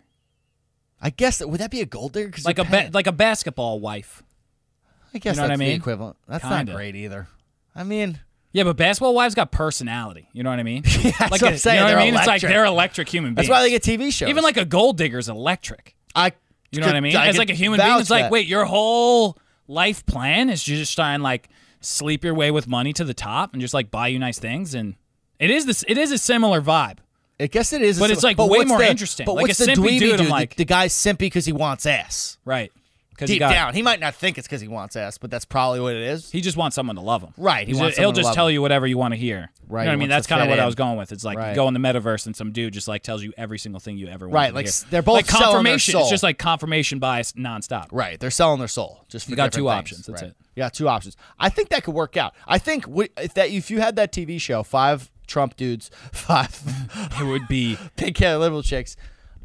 I guess that would that be a gold digger? 'Cause Like a you're ba- paying. like a basketball wife. I guess you know what I that's the mean? equivalent. That's Kinda. not great either. I mean, Yeah, but basketball wives got personality. You know what I mean? [laughs] Yeah, that's like what a- I'm saying, You know what I they're mean? It's like electric. they're electric human beings. that's why they get TV shows. even like a gold digger's electric. I, You know what I mean? it's could like a human vouch being. It's for like, that. wait, your whole life plan is you just try and like sleep your way with money to the top and just like buy you nice things and it is this it is a similar vibe. I guess it is, But a- it's, like, way what's more the- interesting. But Like a what's the simpy dweeby dude, I'm The- like- the guy's simpy because he wants ass. Right. Because deep down. He might not think it's because he wants ass, but that's probably what it is. He just wants someone to love him. Right, he He's wants ju- he'll someone to just love tell him. you whatever you want to hear. Right, You know what I he mean? That's wants to kind of fit what I in. was going with. It's like Right. you go in the metaverse and some dude just like tells you every single thing you ever want. Right, To like, hear. s- they're both like selling their confirmation. It's soul. just like confirmation bias nonstop. Right. They're selling their soul. Just for You got different two things. options, that's Right. it. You got two options. I think that could work out. I think wh- if that if you had that TV show, five Trump dudes, [laughs] five It would [laughs] be pink hair liberal chicks,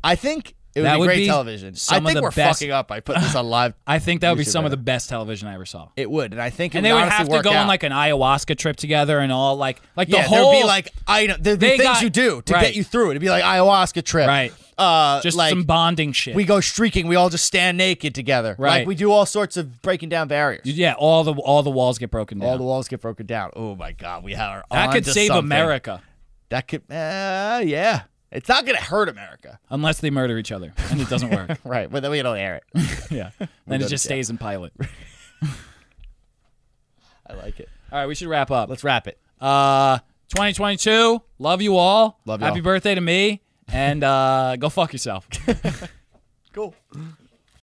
I think it would That be would great be television. some I of think the we're best- fucking up. I put this on live. I think that would be YouTube some of the right best television I ever saw. it would, and I think it and they would honestly have to work go out. on like an ayahuasca trip together and all like like yeah, the whole there'd be like item there'd be They things got- you do to right. get you through it. It'd be like ayahuasca trip, Right. Uh, just like, some bonding shit. we go streaking. We all just stand naked together. Right. Like we do all sorts of breaking down barriers. yeah, all the all the walls get broken down. All the walls get broken down. Oh my God, we are. that could onto save something. America That could. Uh, yeah, it's not gonna hurt America, unless they murder each other and it [laughs] doesn't work. right? But then we don't air it. [laughs] yeah. Then go to it just jail. stays in pilot. I like it. All right, we should wrap up. Let's wrap it. Uh, 2022. Love you all. Love Happy y'all. birthday to me. And uh, go fuck yourself. Cool.